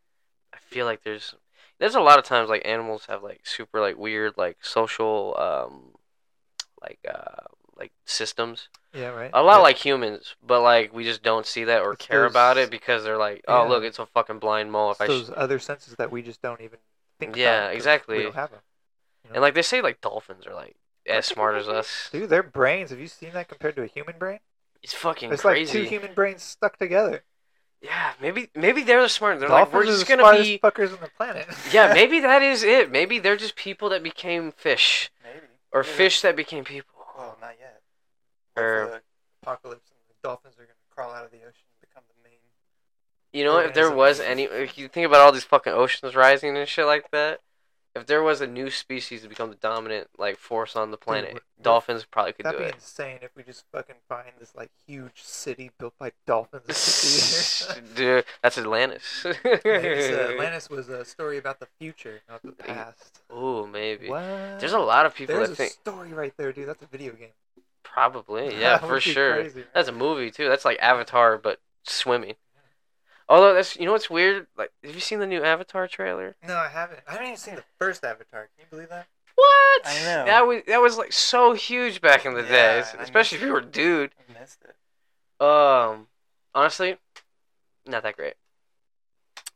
S2: I feel like there's there's a lot of times like animals have like super like weird like social um like uh like systems.
S1: Yeah, right.
S2: A lot
S1: Yeah.
S2: like humans, but like we just don't see that or
S1: It's
S2: care about
S1: those-
S2: it because they're like, oh
S1: Yeah.
S2: look, it's a fucking blind mole.
S1: It's
S2: If I sh-.
S1: those other senses that we just don't even think
S2: Yeah,
S1: about 'cause
S2: exactly.
S1: We don't have them.
S2: and like they say like dolphins are like as smart as us.
S1: Dude, their brains, have you seen that compared to a human brain?
S2: It's fucking
S1: It's like
S2: crazy.
S1: two human brains stuck together.
S2: yeah, maybe maybe they're the smart. They're
S1: Dolphins
S2: like we're
S1: are
S2: just
S1: the
S2: gonna
S1: smartest
S2: be.
S1: fuckers on the planet.
S2: yeah, maybe that is it. Maybe they're just people that became fish
S1: maybe.
S2: or fish that became people.
S1: Well, not yet.
S2: Or-
S1: the apocalypse and the dolphins are going to crawl out of the ocean and become the main.
S2: You know, if there
S1: organism.
S2: was any, if you think about all these fucking oceans rising and shit like that, if there was a new species to become the dominant like force on the planet,
S1: what- what-
S2: dolphins probably could
S1: That'd
S2: do
S1: be
S2: it.
S1: insane if we just fucking find this like huge city built by dolphins. and shit.
S2: Dude, that's Atlantis.
S1: Maybe so. Atlantis was a story about the future, not the past.
S2: Ooh, maybe.
S1: What?
S2: There's a lot of people
S1: There's
S2: that
S1: a
S2: think
S1: story right there, dude. That's a video game.
S2: probably, yeah,
S1: That
S2: for
S1: would be
S2: sure.
S1: crazy, right?
S2: That's a movie too. That's like Avatar, but swimming. Although that's you know what's weird? Like, have you seen the new Avatar trailer?
S1: No, I haven't. I haven't even seen the first Avatar. Can you believe that?
S2: What?
S1: I know.
S2: That was that was like so huge back in the
S1: Yeah,
S2: day,
S1: and I
S2: especially if you were a dude.
S1: I missed it.
S2: Um, honestly, not that great.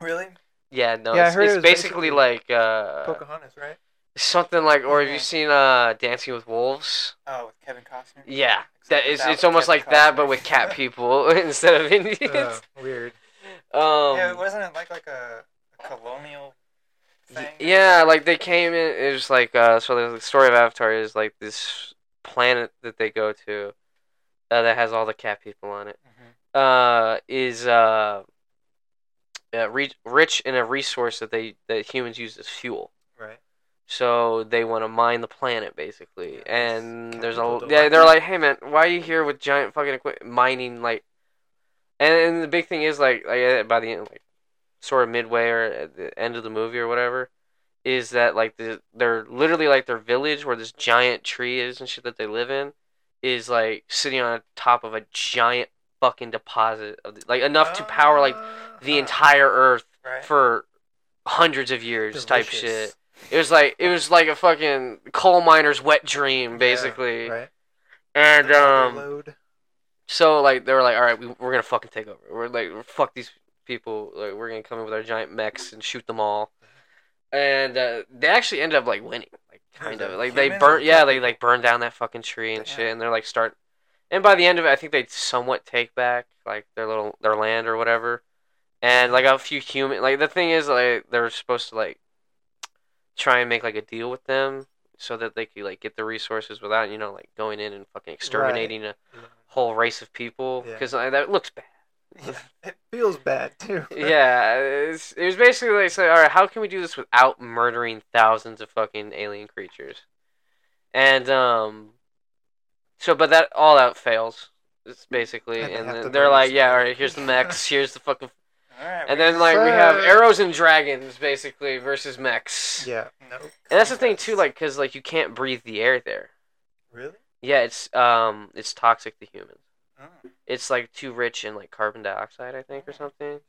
S1: Really?
S2: Yeah, no,
S1: Yeah, I
S2: it's,
S1: heard it
S2: it's
S1: was
S2: basically,
S1: basically
S2: like uh
S1: Pocahontas, right?
S2: something like, or have
S1: Yeah.
S2: you seen uh Dancing with Wolves?
S1: Oh, with Kevin Costner.
S2: Yeah,
S1: Except
S2: that is.
S1: without
S2: It's almost
S1: Kevin
S2: like that, but
S1: Costner.
S2: with cat people instead of Indians.
S1: Uh, weird.
S2: um,
S1: yeah, wasn't it like like a, a colonial thing?
S2: Y- Yeah, like they came in. It was like uh, so. The story of Avatar is like this planet that they go to, uh, that has all the cat people on it.
S1: Mm-hmm.
S2: Uh, is uh, uh re- rich in a resource that they that humans use as fuel.
S1: Right.
S2: So they want to mine the planet basically,
S1: Yeah, that's
S2: and there's a
S1: capital
S2: yeah.
S1: dilemma.
S2: They're like, hey man, why are you here with giant fucking equipment mining like? And, and the big thing is like, like uh, by the end, like sort of midway or at the end of the movie or whatever, is that like the they're literally like their village where this giant tree is and shit that they live in, is like sitting on top of a giant fucking deposit of the, like enough to power like
S1: Ah.
S2: the entire Earth
S1: right.
S2: for hundreds of years type shit. It was like it was like a fucking coal miner's wet dream basically.
S1: right.
S2: And um
S1: Overload.
S2: so like they were like all right, we, we're going to fucking take over. We're like fuck these people. Like we're going to come in with our giant mechs and shoot them all. And uh, they actually ended up like winning. Like kind
S1: Who's
S2: of.
S1: it,
S2: Like they
S1: humans
S2: burnt
S1: or
S2: yeah,
S1: fucking-
S2: they like burned down that fucking tree and shit
S1: Damn.
S2: and they're like start and by the end of it, I think they somewhat take back like their little their land or whatever, and like a few human like the thing is like they're supposed to like try and make like a deal with them so that they could like get the resources without you know like going in and fucking exterminating a whole race of people
S1: Yeah.
S2: because that looks bad.
S1: Yeah. It feels bad too.
S2: yeah, it's, it was basically like say, all right, how can we do this without murdering thousands of fucking alien creatures? And um, so but that all out fails. It's basically,
S1: And they
S2: and,
S1: have to
S2: then they're
S1: bring
S2: like,
S1: us
S2: yeah, all
S1: back.
S2: right, here's the mechs, here's the fucking,
S1: All right.
S2: and then like we have
S1: Sir.
S2: arrows and dragons basically versus mechs.
S1: Yeah. No.
S2: And that's the thing too, like, cause like you can't breathe the air there.
S1: Really?
S2: Yeah, it's um, it's toxic to humans.
S1: Oh.
S2: It's like too rich in like carbon dioxide, I think, or
S1: Mm-hmm.
S2: something.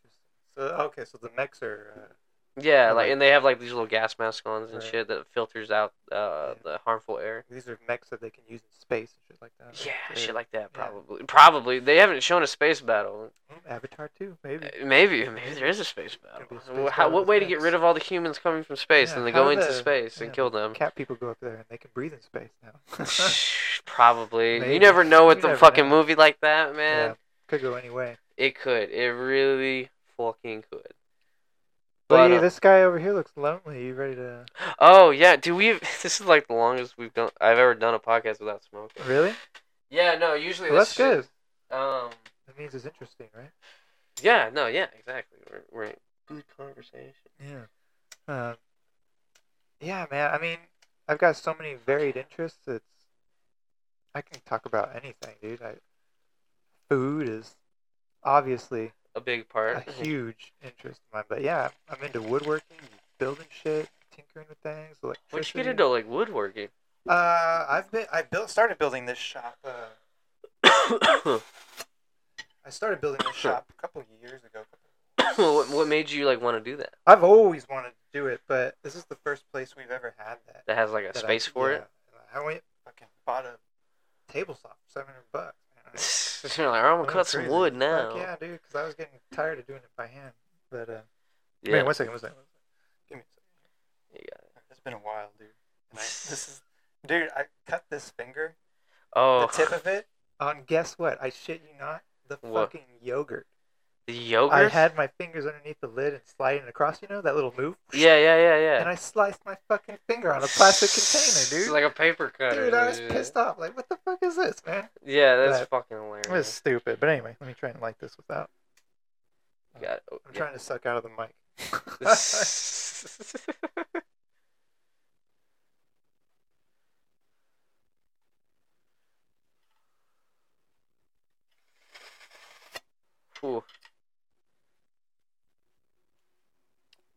S1: So okay, so the mechs are. uh, Or,
S2: Yeah, like,
S1: like-
S2: and they have like these little gas masks on and
S1: Right.
S2: shit that filters out uh,
S1: Yeah.
S2: the harmful air.
S1: These are mechs that they can use in space and shit like that.
S2: Yeah, shit like that.
S1: Yeah.
S2: Probably, probably they haven't shown a space battle.
S1: Mm, Avatar too, maybe.
S2: Uh, Maybe, maybe there is a space battle.
S1: Mm. Could be a
S2: Well,
S1: space
S2: how,
S1: battle
S2: what
S1: with
S2: way to get
S1: mechs.
S2: rid of all the humans coming from space?
S1: Yeah,
S2: and they
S1: how
S2: go
S1: do
S2: into
S1: the-
S2: space and
S1: yeah.
S2: kill them.
S1: Cat people go up there and they can breathe in space now.
S2: probably. You
S1: Maybe.
S2: never know
S1: You
S2: with the
S1: never
S2: fucking
S1: know.
S2: movie like that,
S1: yeah,
S2: man.
S1: could go any way.
S2: It could. It really fucking could.
S1: But
S2: But, uh,
S1: this guy over here looks lonely. You ready to?
S2: oh yeah, do we? This is like the longest we've done. I've ever done a podcast without smoking.
S1: Really?
S2: Yeah, no. Usually
S1: Well,
S2: this
S1: that's
S2: shit-
S1: good.
S2: Um.
S1: That means it's interesting, right?
S2: Yeah. No. Yeah. Exactly. We're, we're in good conversation.
S1: Yeah. Um, yeah, man. I mean, I've got so many varied interests. It's I can talk about anything, dude. I, food is obviously
S2: A big part.
S1: a huge interest of mine. But yeah, I'm into woodworking, building shit, tinkering with things.
S2: What'd
S1: Electricity.
S2: you get into like woodworking?
S1: Uh, I've been I built started building this shop. Uh, I started building this shop a couple of years ago.
S2: what, what made you like want to do that?
S1: I've always wanted to do it, but this is the first place we've ever had that.
S2: That has like a
S1: that I-
S2: space for
S1: yeah. I went fucking bought a table saw for seven hundred bucks. man.
S2: it. You're like, I'm gonna
S1: Went
S2: cut some
S1: crazy.
S2: wood
S1: Fuck
S2: now.
S1: yeah, dude, because I was getting tired of doing it by hand. But uh,
S2: Yeah.
S1: man, one second, one second. one second. Give me a
S2: You
S1: second. It's been a while, dude. And I, this is, dude. I cut this finger,
S2: oh,
S1: the tip of it, on Um, guess what? I shit you not, the
S2: What?
S1: fucking yogurt.
S2: the yogurt.
S1: I had my fingers underneath the lid and sliding across. You know that little move.
S2: Yeah, yeah, yeah, yeah.
S1: And I sliced my fucking finger on a plastic container,
S2: It's
S1: dude.
S2: like a paper cutter.
S1: Dude, I was pissed off. Like, what the fuck is this, man?
S2: Yeah, that's
S1: That-
S2: fucking
S1: It was
S2: hilarious.
S1: stupid. But anyway, let me try and light this without.
S2: Got it. Oh,
S1: I'm
S2: yeah.
S1: trying to suck out of the mic.
S2: Ooh.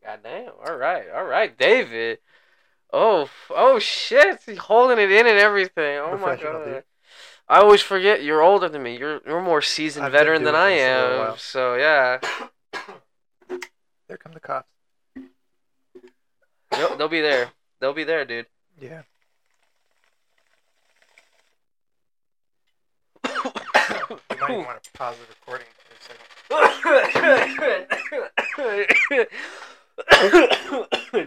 S2: Goddamn. All right. All right, David. Oh, f- oh shit. He's holding it in and everything. Oh my
S1: Professional,
S2: god.
S1: dude.
S2: I always forget you're older than me. You're you're a more seasoned
S1: I've been
S2: veteran than
S1: doing
S2: I
S1: this for a
S2: am.
S1: while.
S2: So yeah.
S1: there come the cops.
S2: They'll, they'll be there. They'll be there, dude.
S1: Yeah. You might even want to pause the recording for a second.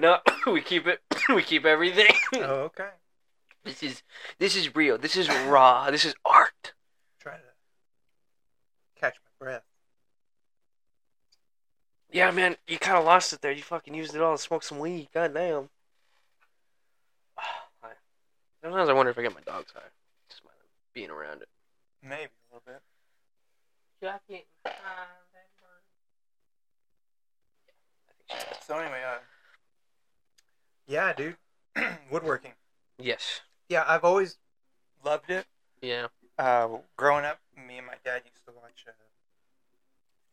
S2: no, we keep it. We keep everything.
S1: Oh, okay. I'm
S2: This is this is real. This is raw. This is art.
S1: trying to catch my breath.
S2: Yeah, man, you kind of lost it there. You fucking used it all to smoke some weed. God damn. Sometimes I wonder if I get my dog's high. Just by being around it.
S1: Maybe a little bit. So anyway, uh, yeah, dude, woodworking.
S2: Yes.
S1: Yeah, I've always loved it.
S2: Yeah.
S1: uh, growing up, me and my dad used to watch uh,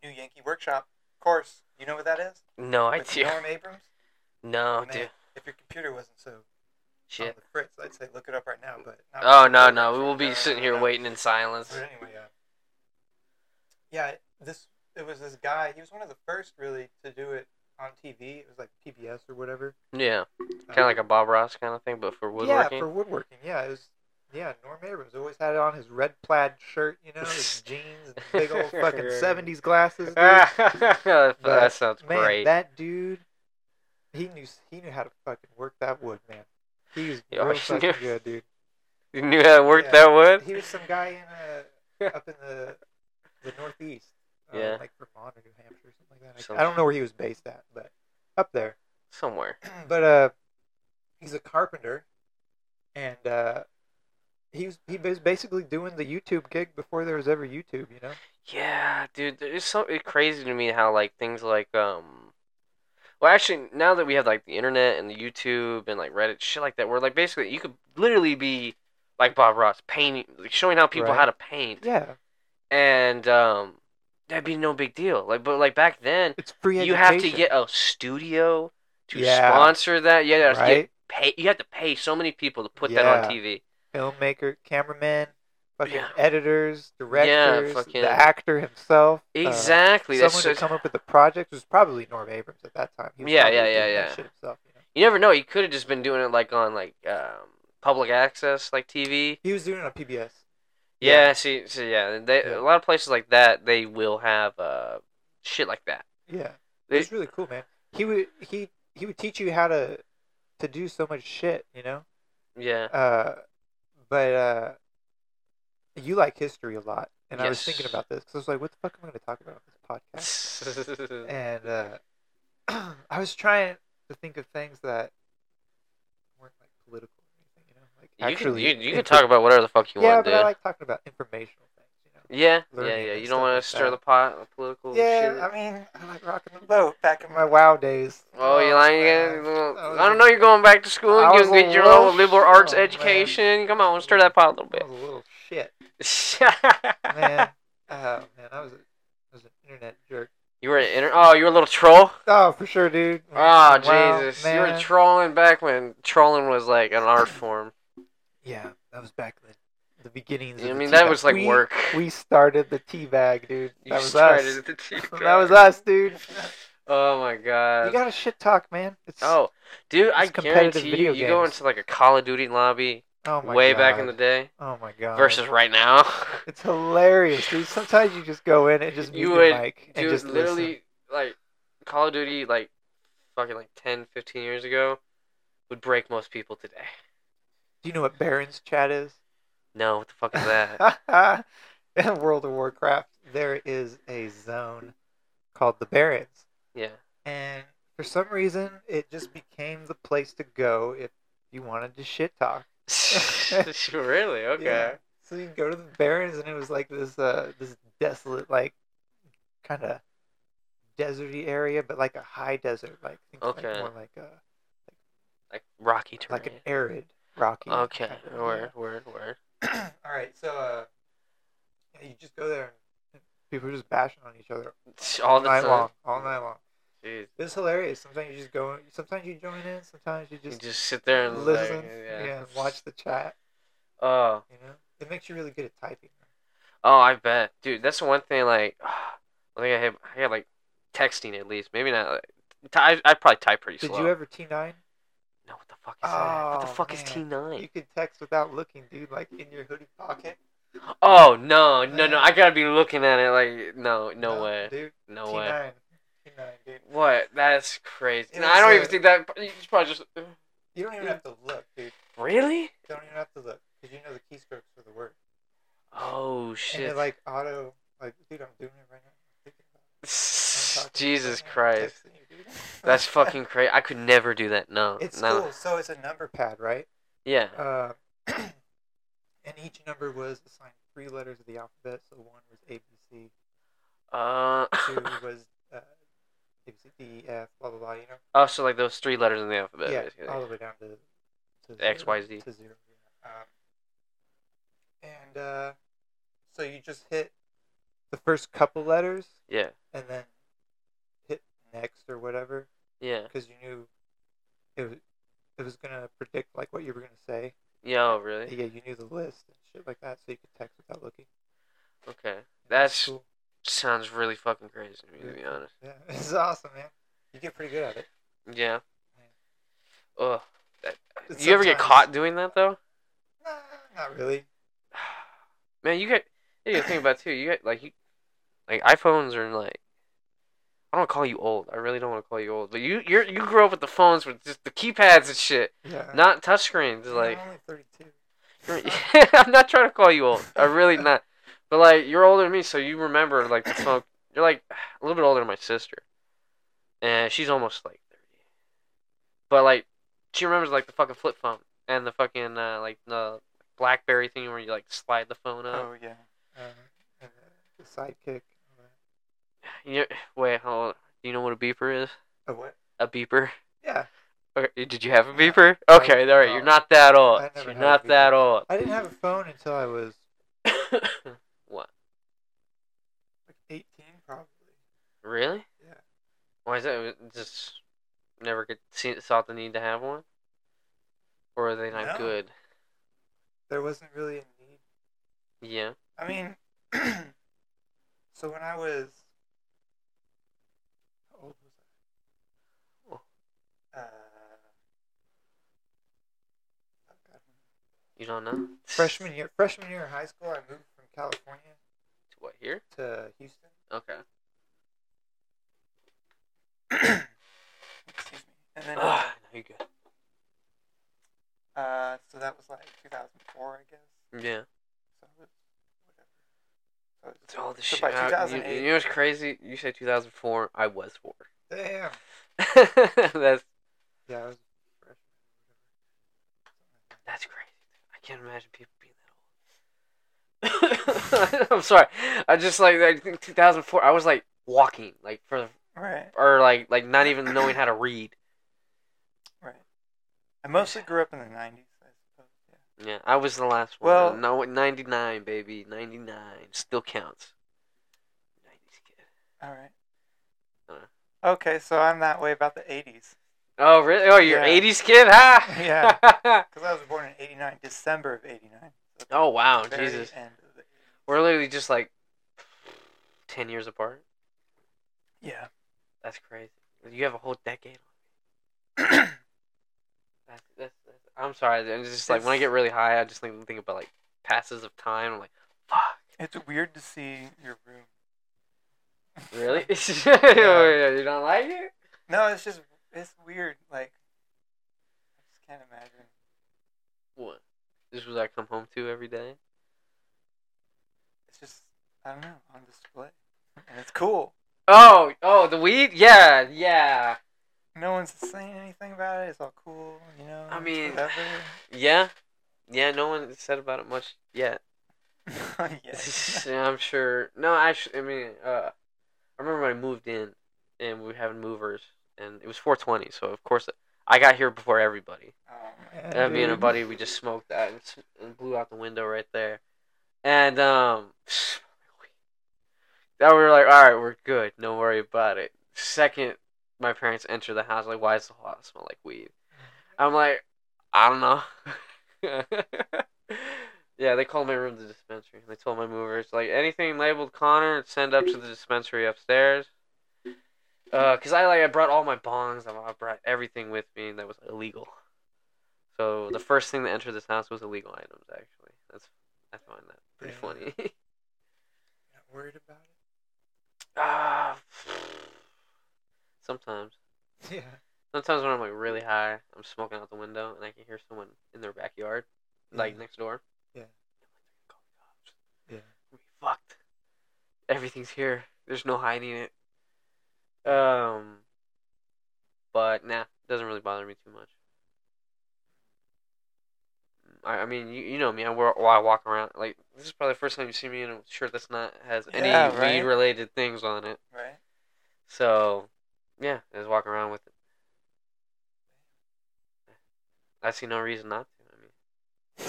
S1: New Yankee Workshop. Of course, you know what that is?
S2: No, I
S1: With
S2: do.
S1: Norm Abrams.
S2: No,
S1: Man,
S2: Oh, dude.
S1: If your computer wasn't so on
S2: Shit.
S1: the fritz, I'd say look it up right now. But not
S2: Oh
S1: really.
S2: no, no. We will be
S1: Uh,
S2: sitting here
S1: no.
S2: waiting in silence.
S1: But anyway, uh, yeah, this it was this guy. He was one of the first really to do it on TV. It was like PBS or whatever.
S2: Yeah. Kind of like a Bob Ross kind of thing, but for woodworking.
S1: Yeah, for woodworking. Yeah, it was. Yeah, Norm Abrams always had it on his red plaid shirt, you know, his jeans, and big old fucking '70s glasses. dude.
S2: that,
S1: But,
S2: sounds
S1: man,
S2: Ah, great.
S1: that dude, he knew he knew how to fucking work that wood, man. He was
S2: Yeah,
S1: real
S2: he
S1: fucking
S2: knew.
S1: good, dude.
S2: you knew how to work
S1: Yeah.
S2: that wood?
S1: He was some guy in uh up in the the northeast, uh,
S2: Yeah.
S1: like Vermont or New Hampshire or something like that. I- I,
S2: Something.
S1: don't know where he was based at, but up there.
S2: Somewhere.
S1: but uh, he's a carpenter, and uh, he was he was basically doing the YouTube gig before there was ever YouTube, you know.
S2: Yeah, dude. It's so it's crazy to me how like things like um. Well, actually, now that we have like the internet and the YouTube and like Reddit, shit like that, where like basically you could literally be like Bob Ross painting, like, showing how people
S1: Right.
S2: how to paint,
S1: Yeah,
S2: and um, that'd be no big deal. Like, but like back then,
S1: it's free.
S2: you have to
S1: education,
S2: get a studio to
S1: Yeah.
S2: sponsor that. Yeah, you have to get
S1: right.
S2: pay. You have to pay so many people to put that on
S1: Yeah.
S2: TV.
S1: filmmaker, cameramen, fucking
S2: Yeah.
S1: editors, directors,
S2: fucking-
S1: the actor himself. uh,
S2: Exactly. that's
S1: someone to
S2: so-
S1: come up with the project was probably Norm Abrams at that time. He was
S2: Yeah,
S1: probably
S2: yeah, yeah,
S1: doing that
S2: yeah.
S1: Shit himself, you know?
S2: you never know. He could have just been doing it like on like um, public access, like TV.
S1: He was doing it on PBS.
S2: Yeah.
S1: Yeah.
S2: see, see, yeah. They,
S1: Yeah.
S2: A lot of places like that, they will have uh, shit like that.
S1: Yeah, it
S2: They-
S1: was really cool, man. He would he he would teach you how to to do so much shit, you know.
S2: yeah.
S1: Uh, but uh, you like history a lot, and I was
S2: Yes.
S1: thinking about this because I was like, what the fuck am I going to talk about on this podcast? and uh, I was trying to think of things that weren't like political or anything, you know, like
S2: you can,
S1: actually
S2: you, you can
S1: infor-
S2: talk about whatever the fuck you
S1: yeah,
S2: want,
S1: but
S2: dude.
S1: I like talking about informational things, you know.
S2: yeah, yeah,
S1: learning
S2: yeah.
S1: and
S2: You
S1: stuff
S2: don't want
S1: like
S2: to stir
S1: that.
S2: the pot, the political shit.
S1: Yeah, I mean, I like rocking the boat back in my WoW days.
S2: Oh, you lying
S1: man.
S2: again?
S1: I was
S2: I
S1: a-
S2: don't know. You're going back to school.
S1: I
S2: You
S1: was
S2: can get
S1: a
S2: your own
S1: little-
S2: liberal arts
S1: oh, man.
S2: education. Come on, stir that pot a little
S1: I
S2: bit.
S1: was a little shit,
S2: man.
S1: man. oh man, I was a, I was an internet jerk.
S2: You were an inter- oh, you were a little troll.
S1: Oh, for sure, dude.
S2: Oh
S1: Wow,
S2: Jesus, you
S1: man.
S2: were trolling back when trolling was like an art form.
S1: Yeah, that was back in the, the beginnings. of
S2: I
S1: the
S2: mean,
S1: tea
S2: that
S1: bag.
S2: was like
S1: We-
S2: work.
S1: We started the tea bag, dude.
S2: You
S1: That was
S2: started
S1: us.
S2: the tea
S1: That was
S2: bag.
S1: us, dude.
S2: Oh my god.
S1: You got to shit talk, man. It's
S2: oh, dude, I
S1: it's competitive
S2: guarantee you,
S1: video
S2: you go
S1: games.
S2: into like a Call of Duty lobby
S1: oh my
S2: way back in the
S1: God.
S2: day
S1: oh my god
S2: versus right now.
S1: It's hilarious, dude. Sometimes you just go in and just mute
S2: You
S1: your
S2: would-
S1: mic and
S2: dude,
S1: just
S2: literally,
S1: listen.
S2: like, Call of Duty, like, fucking like 10, 15 years ago would break most people today.
S1: Do you know what Baron's chat is?
S2: No, what the fuck is that?
S1: in World of Warcraft, there is a zone called the Barons,
S2: yeah.
S1: and for some reason, it just became the place to go if you wanted to shit talk.
S2: really? Okay.
S1: Yeah. So you can go to the Barrens, and it was like this, uh, this desolate, like, kind of deserty area, but like a high desert, like think
S2: Okay.
S1: like more like a
S2: Like rocky terrain.
S1: like an arid, rocky.
S2: okay.
S1: kind of-
S2: Word, word, word.
S1: yeah. All right, so uh, yeah, you just go there, and people are just bashing on each other
S2: All the
S1: night
S2: time.
S1: long, all night long.
S2: Jeez.
S1: It's hilarious. Sometimes you just go, sometimes you join in, sometimes you
S2: You
S1: just,
S2: just sit there and like,
S1: listen, yeah.
S2: yeah.
S1: watch the chat.
S2: Oh,
S1: You know, it makes you really good at typing.
S2: Oh, I bet, dude. That's the one thing. Like, I think I had, I had like texting at least. Maybe not. Like, t- I, I probably type pretty
S1: Did
S2: slow.
S1: you ever T nine?
S2: No, what the fuck is that? What the
S1: Oh,
S2: fuck is T
S1: man. You
S2: nine?
S1: could text without looking, dude, like in your hoodie pocket.
S2: Oh no, no, no!
S1: Man.
S2: I gotta be looking at it like no, no, way,
S1: dude.
S2: no
S1: T
S2: way.
S1: nine, T nine, dude.
S2: What? That's crazy.
S1: It
S2: No, I don't
S1: was
S2: even
S1: a-
S2: think that. It's probably just
S1: You don't even have to look, dude.
S2: really.
S1: You don't even have to look because you know the keystrokes for the word.
S2: Oh
S1: And
S2: shit!
S1: it like auto, like dude, I'm doing it right now. I'm thinking about it. I'm talking to you right now.
S2: Jesus
S1: I'm
S2: Christ,
S1: texting you, dude.
S2: that's fucking crazy. I could never do that. No,
S1: It's
S2: no.
S1: cool. So it's a number pad, right?
S2: Yeah.
S1: Uh, and each number was assigned three letters of the alphabet. So one was A B C,
S2: Uh.
S1: two was uh, A B C D E F, blah blah blah. You know,
S2: oh, so like those three letters in the alphabet,
S1: yeah,
S2: basically.
S1: all the way down to, to
S2: X,
S1: zero,
S2: Y, Z.
S1: to zero. yeah. Um, and uh, so you just hit the first couple letters,
S2: Yeah.
S1: and then hit next or whatever,
S2: Yeah.
S1: because you knew it was it was gonna predict like what you were gonna say.
S2: Yeah, oh, really?
S1: Yeah, you knew the list and shit like that, so you could text without looking.
S2: Okay.
S1: It was
S2: That's
S1: cool.
S2: sounds really fucking crazy to me, to
S1: Yeah.
S2: be honest.
S1: Yeah, it's awesome, man. You get pretty good at it.
S2: Yeah. Ugh. That,
S1: But
S2: you ever get
S1: sometimes-
S2: caught doing that though?
S1: Nah, not really.
S2: Man, you get. You gotta think about it, too. You get like you, like iPhones are like. I don't call you old. I really don't want to call you old, but you you're, you grew up with the phones with just the keypads and shit,
S1: Yeah.
S2: not touchscreens.
S1: Yeah,
S2: Like
S1: I'm only 32.
S2: I'm not trying to call you old. I really not. But like you're older than me, so you remember like the smoke. You're like a little bit older than my sister, and she's almost like thirty. But like she remembers like the fucking flip phone and the fucking uh, like the BlackBerry thing where you like slide the phone up.
S1: yeah. Um, and the sidekick.
S2: You're, wait, hold. on. Do you know what a beeper is?
S1: Oh, what?
S2: A beeper.
S1: Yeah.
S2: Okay, did you have a
S1: No.
S2: beeper?
S1: No,
S2: Okay, all right.
S1: no.
S2: You're not that old.
S1: I never
S2: You're
S1: had a
S2: not that old.
S1: I didn't have a phone until I was
S2: what?
S1: like 18, probably.
S2: Really?
S1: Yeah.
S2: Why is that? Was it Just never get see, thought the need to have one, or are they not
S1: No.
S2: good?
S1: There wasn't really a need.
S2: Yeah.
S1: I mean, so when I was. How old was I? Uh, oh God.
S2: You don't know.
S1: Freshman year, freshman year of high school, I moved from California
S2: What here?
S1: to Houston.
S2: Okay.
S1: Excuse me. And then, uh,
S2: Ah, no, you good.
S1: uh, so that was like 2004, I guess.
S2: Yeah.
S1: So it was whatever.
S2: It's all the
S1: so
S2: shit.
S1: By
S2: out-
S1: 2008,
S2: you, you know what's crazy? You say 2004. I was four.
S1: damn.
S2: that's
S1: Yeah, I was a freshman.
S2: that's crazy. I can't imagine people being that old. I'm sorry. I just like I think 2004. I was like walking, like for the
S1: Right,
S2: or like like not even knowing how to read.
S1: right. I mostly grew up in the 90s, I suppose. Yeah.
S2: Yeah, I was the last one.
S1: Well-
S2: no, 99, baby. 99. Still counts. 90s kid.
S1: All right.
S2: Uh.
S1: Okay, so I'm that way about the 80s
S2: Oh, really? Oh, you're
S1: Yeah.
S2: 80s kid? Ha!
S1: Yeah. because I was born in 89, December of 89. So
S2: Oh wow,
S1: very
S2: Jesus.
S1: end of the-
S2: We're literally just like ten years apart.
S1: yeah.
S2: That's crazy. You have a whole decade. That's, that's, that's, I'm sorry. I'm just like when I
S1: It's-
S2: get really high, I just think, think about like passes of time. I'm like, fuck.
S1: It's weird to see your room.
S2: Really? Oh, you don't like it?
S1: No, it's just, it's weird. Like, I just can't imagine.
S2: What? This was I come home to every day.
S1: It's just, I don't know, on display. And it's cool.
S2: Oh, oh, the weed? Yeah, yeah,
S1: No one's saying anything about it. It's all cool, you know.
S2: I
S1: it's
S2: mean-
S1: whatever.
S2: yeah, yeah. No one said about it much yet.
S1: yeah.
S2: Yeah, I'm sure. No, actually, I mean, uh, I remember when I moved in, and we were having movers, and it was 420. So of course, I got here before everybody.
S1: Oh, man,
S2: And me and a
S1: dude.
S2: buddy, we just smoked that and, s- and blew out the window right there. And um, that we were like, all right, we're good. No worry about it. Second, my parents enter the house, like, why does the whole house smell like weed? I'm like, I don't know. yeah, they called my room the dispensary. They told my movers, like, anything labeled Connor, send up to the dispensary upstairs. Uh, cause I like I brought all my bongs. I brought everything with me that was illegal. So the first thing that entered this house was illegal items. Actually, that's I find that pretty
S1: Yeah.
S2: funny.
S1: Not worried about it.
S2: ah, sometimes,
S1: Yeah.
S2: sometimes when I'm like really high, I'm smoking out the window and I can hear someone in their backyard, like
S1: Yeah.
S2: next door.
S1: Mm. Yeah.
S2: I'm "Oh
S1: Yeah.
S2: like, "Call the cops. We fucked. Everything's here. There's no hiding it. Um, but nah, doesn't really bother me too much. I, I mean, you, you know me. I, wear, well, I walk around like this is probably the first time you see me in a shirt that's not has any
S1: Yeah, right?
S2: weed related things on it.
S1: Right.
S2: So, yeah, I just walk around with it. I see no reason not to. I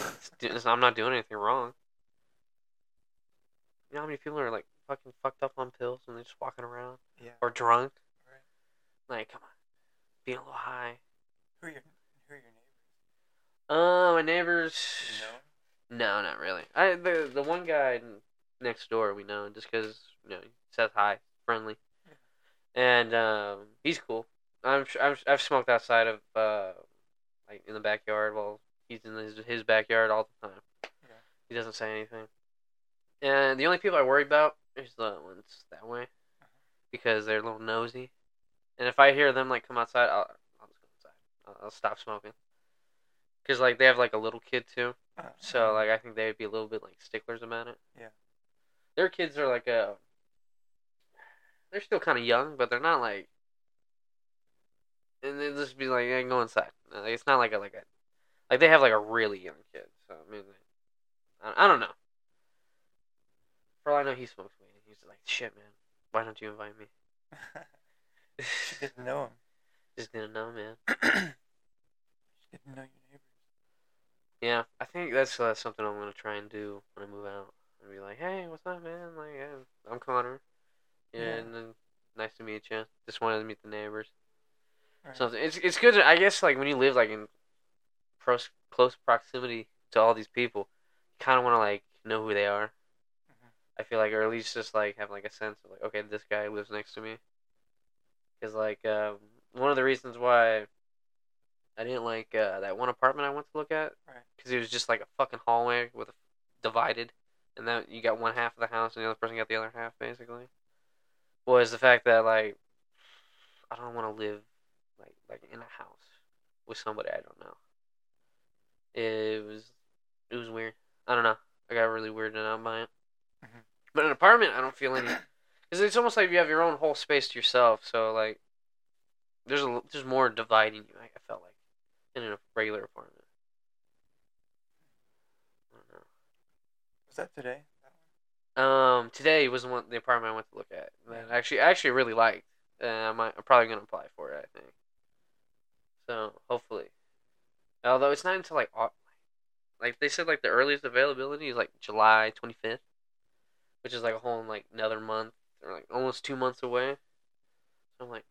S2: mean, it's, do- it's, I'm not doing anything wrong. You know how many people are like fucking fucked up on pills and they're just walking around
S1: Yeah.
S2: or drunk?
S1: Right.
S2: Like, come on, being a little high.
S1: Who are your Who are your neighbors?
S2: Uh, my neighbors.
S1: Do you know?
S2: No, not really. I the the one guy n- next door we know just because you know he says hi, friendly, and um, he's cool. I'm, su- I'm su- I've smoked outside of uh, like in the backyard. Well, he's in his his backyard all the time.
S1: Yeah.
S2: He doesn't say anything. And the only people I worry about is the ones that way, because they're a little nosy. And if I hear them like come outside, I'll I'll just go inside. I'll, I'll stop smoking. Cause like they have like a little kid too.
S1: Uh,
S2: So like I think they'd be a little bit like sticklers about it.
S1: Yeah.
S2: Their kids are like uh they're still kind of young, but they're not like and they will just be like yeah, go inside. Uh, Like, it's not like a like a like they have like a really young kid. So I mean I, I don't know. For all I know, he smokes weed. and He's like shit, man. Why don't you invite me?
S1: she didn't know
S2: Just didn't know, man.
S1: him. she didn't know your neighbors.
S2: Yeah, I think that's uh, something I'm gonna try and do when I move out. And be like, hey, what's up, man? Like, yeah, I'm Connor. Yeah,
S1: Yeah.
S2: and then nice to meet you. Just wanted to meet the neighbors.
S1: Right.
S2: Something. It's it's good. To, I guess like when you live like in pros, close proximity to all these people, you kind of want to like know who they are.
S1: Mhm.
S2: I feel like, or at least just like have like a sense of like, okay, this guy lives next to me. Because like um, one of the reasons why I didn't like uh, that one apartment I went to look at,
S1: Right.
S2: because it was just like a fucking hallway with a divided, and then you got one half of the house and the other person got the other half basically. Was the fact that like I don't want to live like like in a house with somebody I don't know. It was it was weird. I don't know. I got really weirded out by it.
S1: Mhm.
S2: But an apartment, I don't feel any. Cause it's almost like you have your own whole space to yourself. So like, there's a l- there's more dividing you. I I felt like in a regular apartment. I don't know.
S1: Was that today? That
S2: Um, today was the one the apartment I went to look at that I actually I actually really liked. Uh, I might, I'm probably gonna apply for it. I think. So hopefully, although it's not until like au- like they said like the earliest availability is like July 25th, which is like a whole like another month or like almost two months away. So I'm like,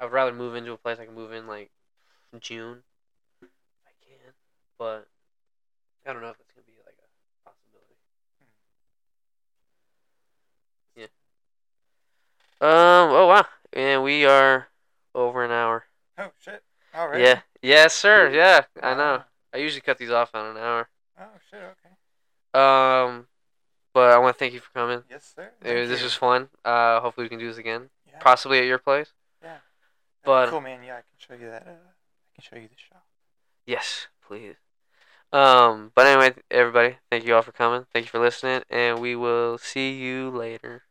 S2: I'd rather move into a place I can move in like in June, if I can. But Um. Oh wow. Yeah, we are over an hour.
S1: Oh shit! All right.
S2: Yeah. Yes, sir. Yeah. I know.
S1: Wow.
S2: I usually cut these off on an hour.
S1: Oh shit! Okay.
S2: Um. But I want to thank you for coming.
S1: Yes, sir.
S2: It was-
S1: Thank
S2: this
S1: you.
S2: was fun. Uh. Hopefully we can do this again.
S1: yeah.
S2: Possibly at your place.
S1: That'd be
S2: but-
S1: cool, man. Yeah, I can show you that. Uh, I can show you the shop.
S2: Yes, please. Um. But anyway, everybody, thank you all for coming. Thank you for listening, and we will see you later.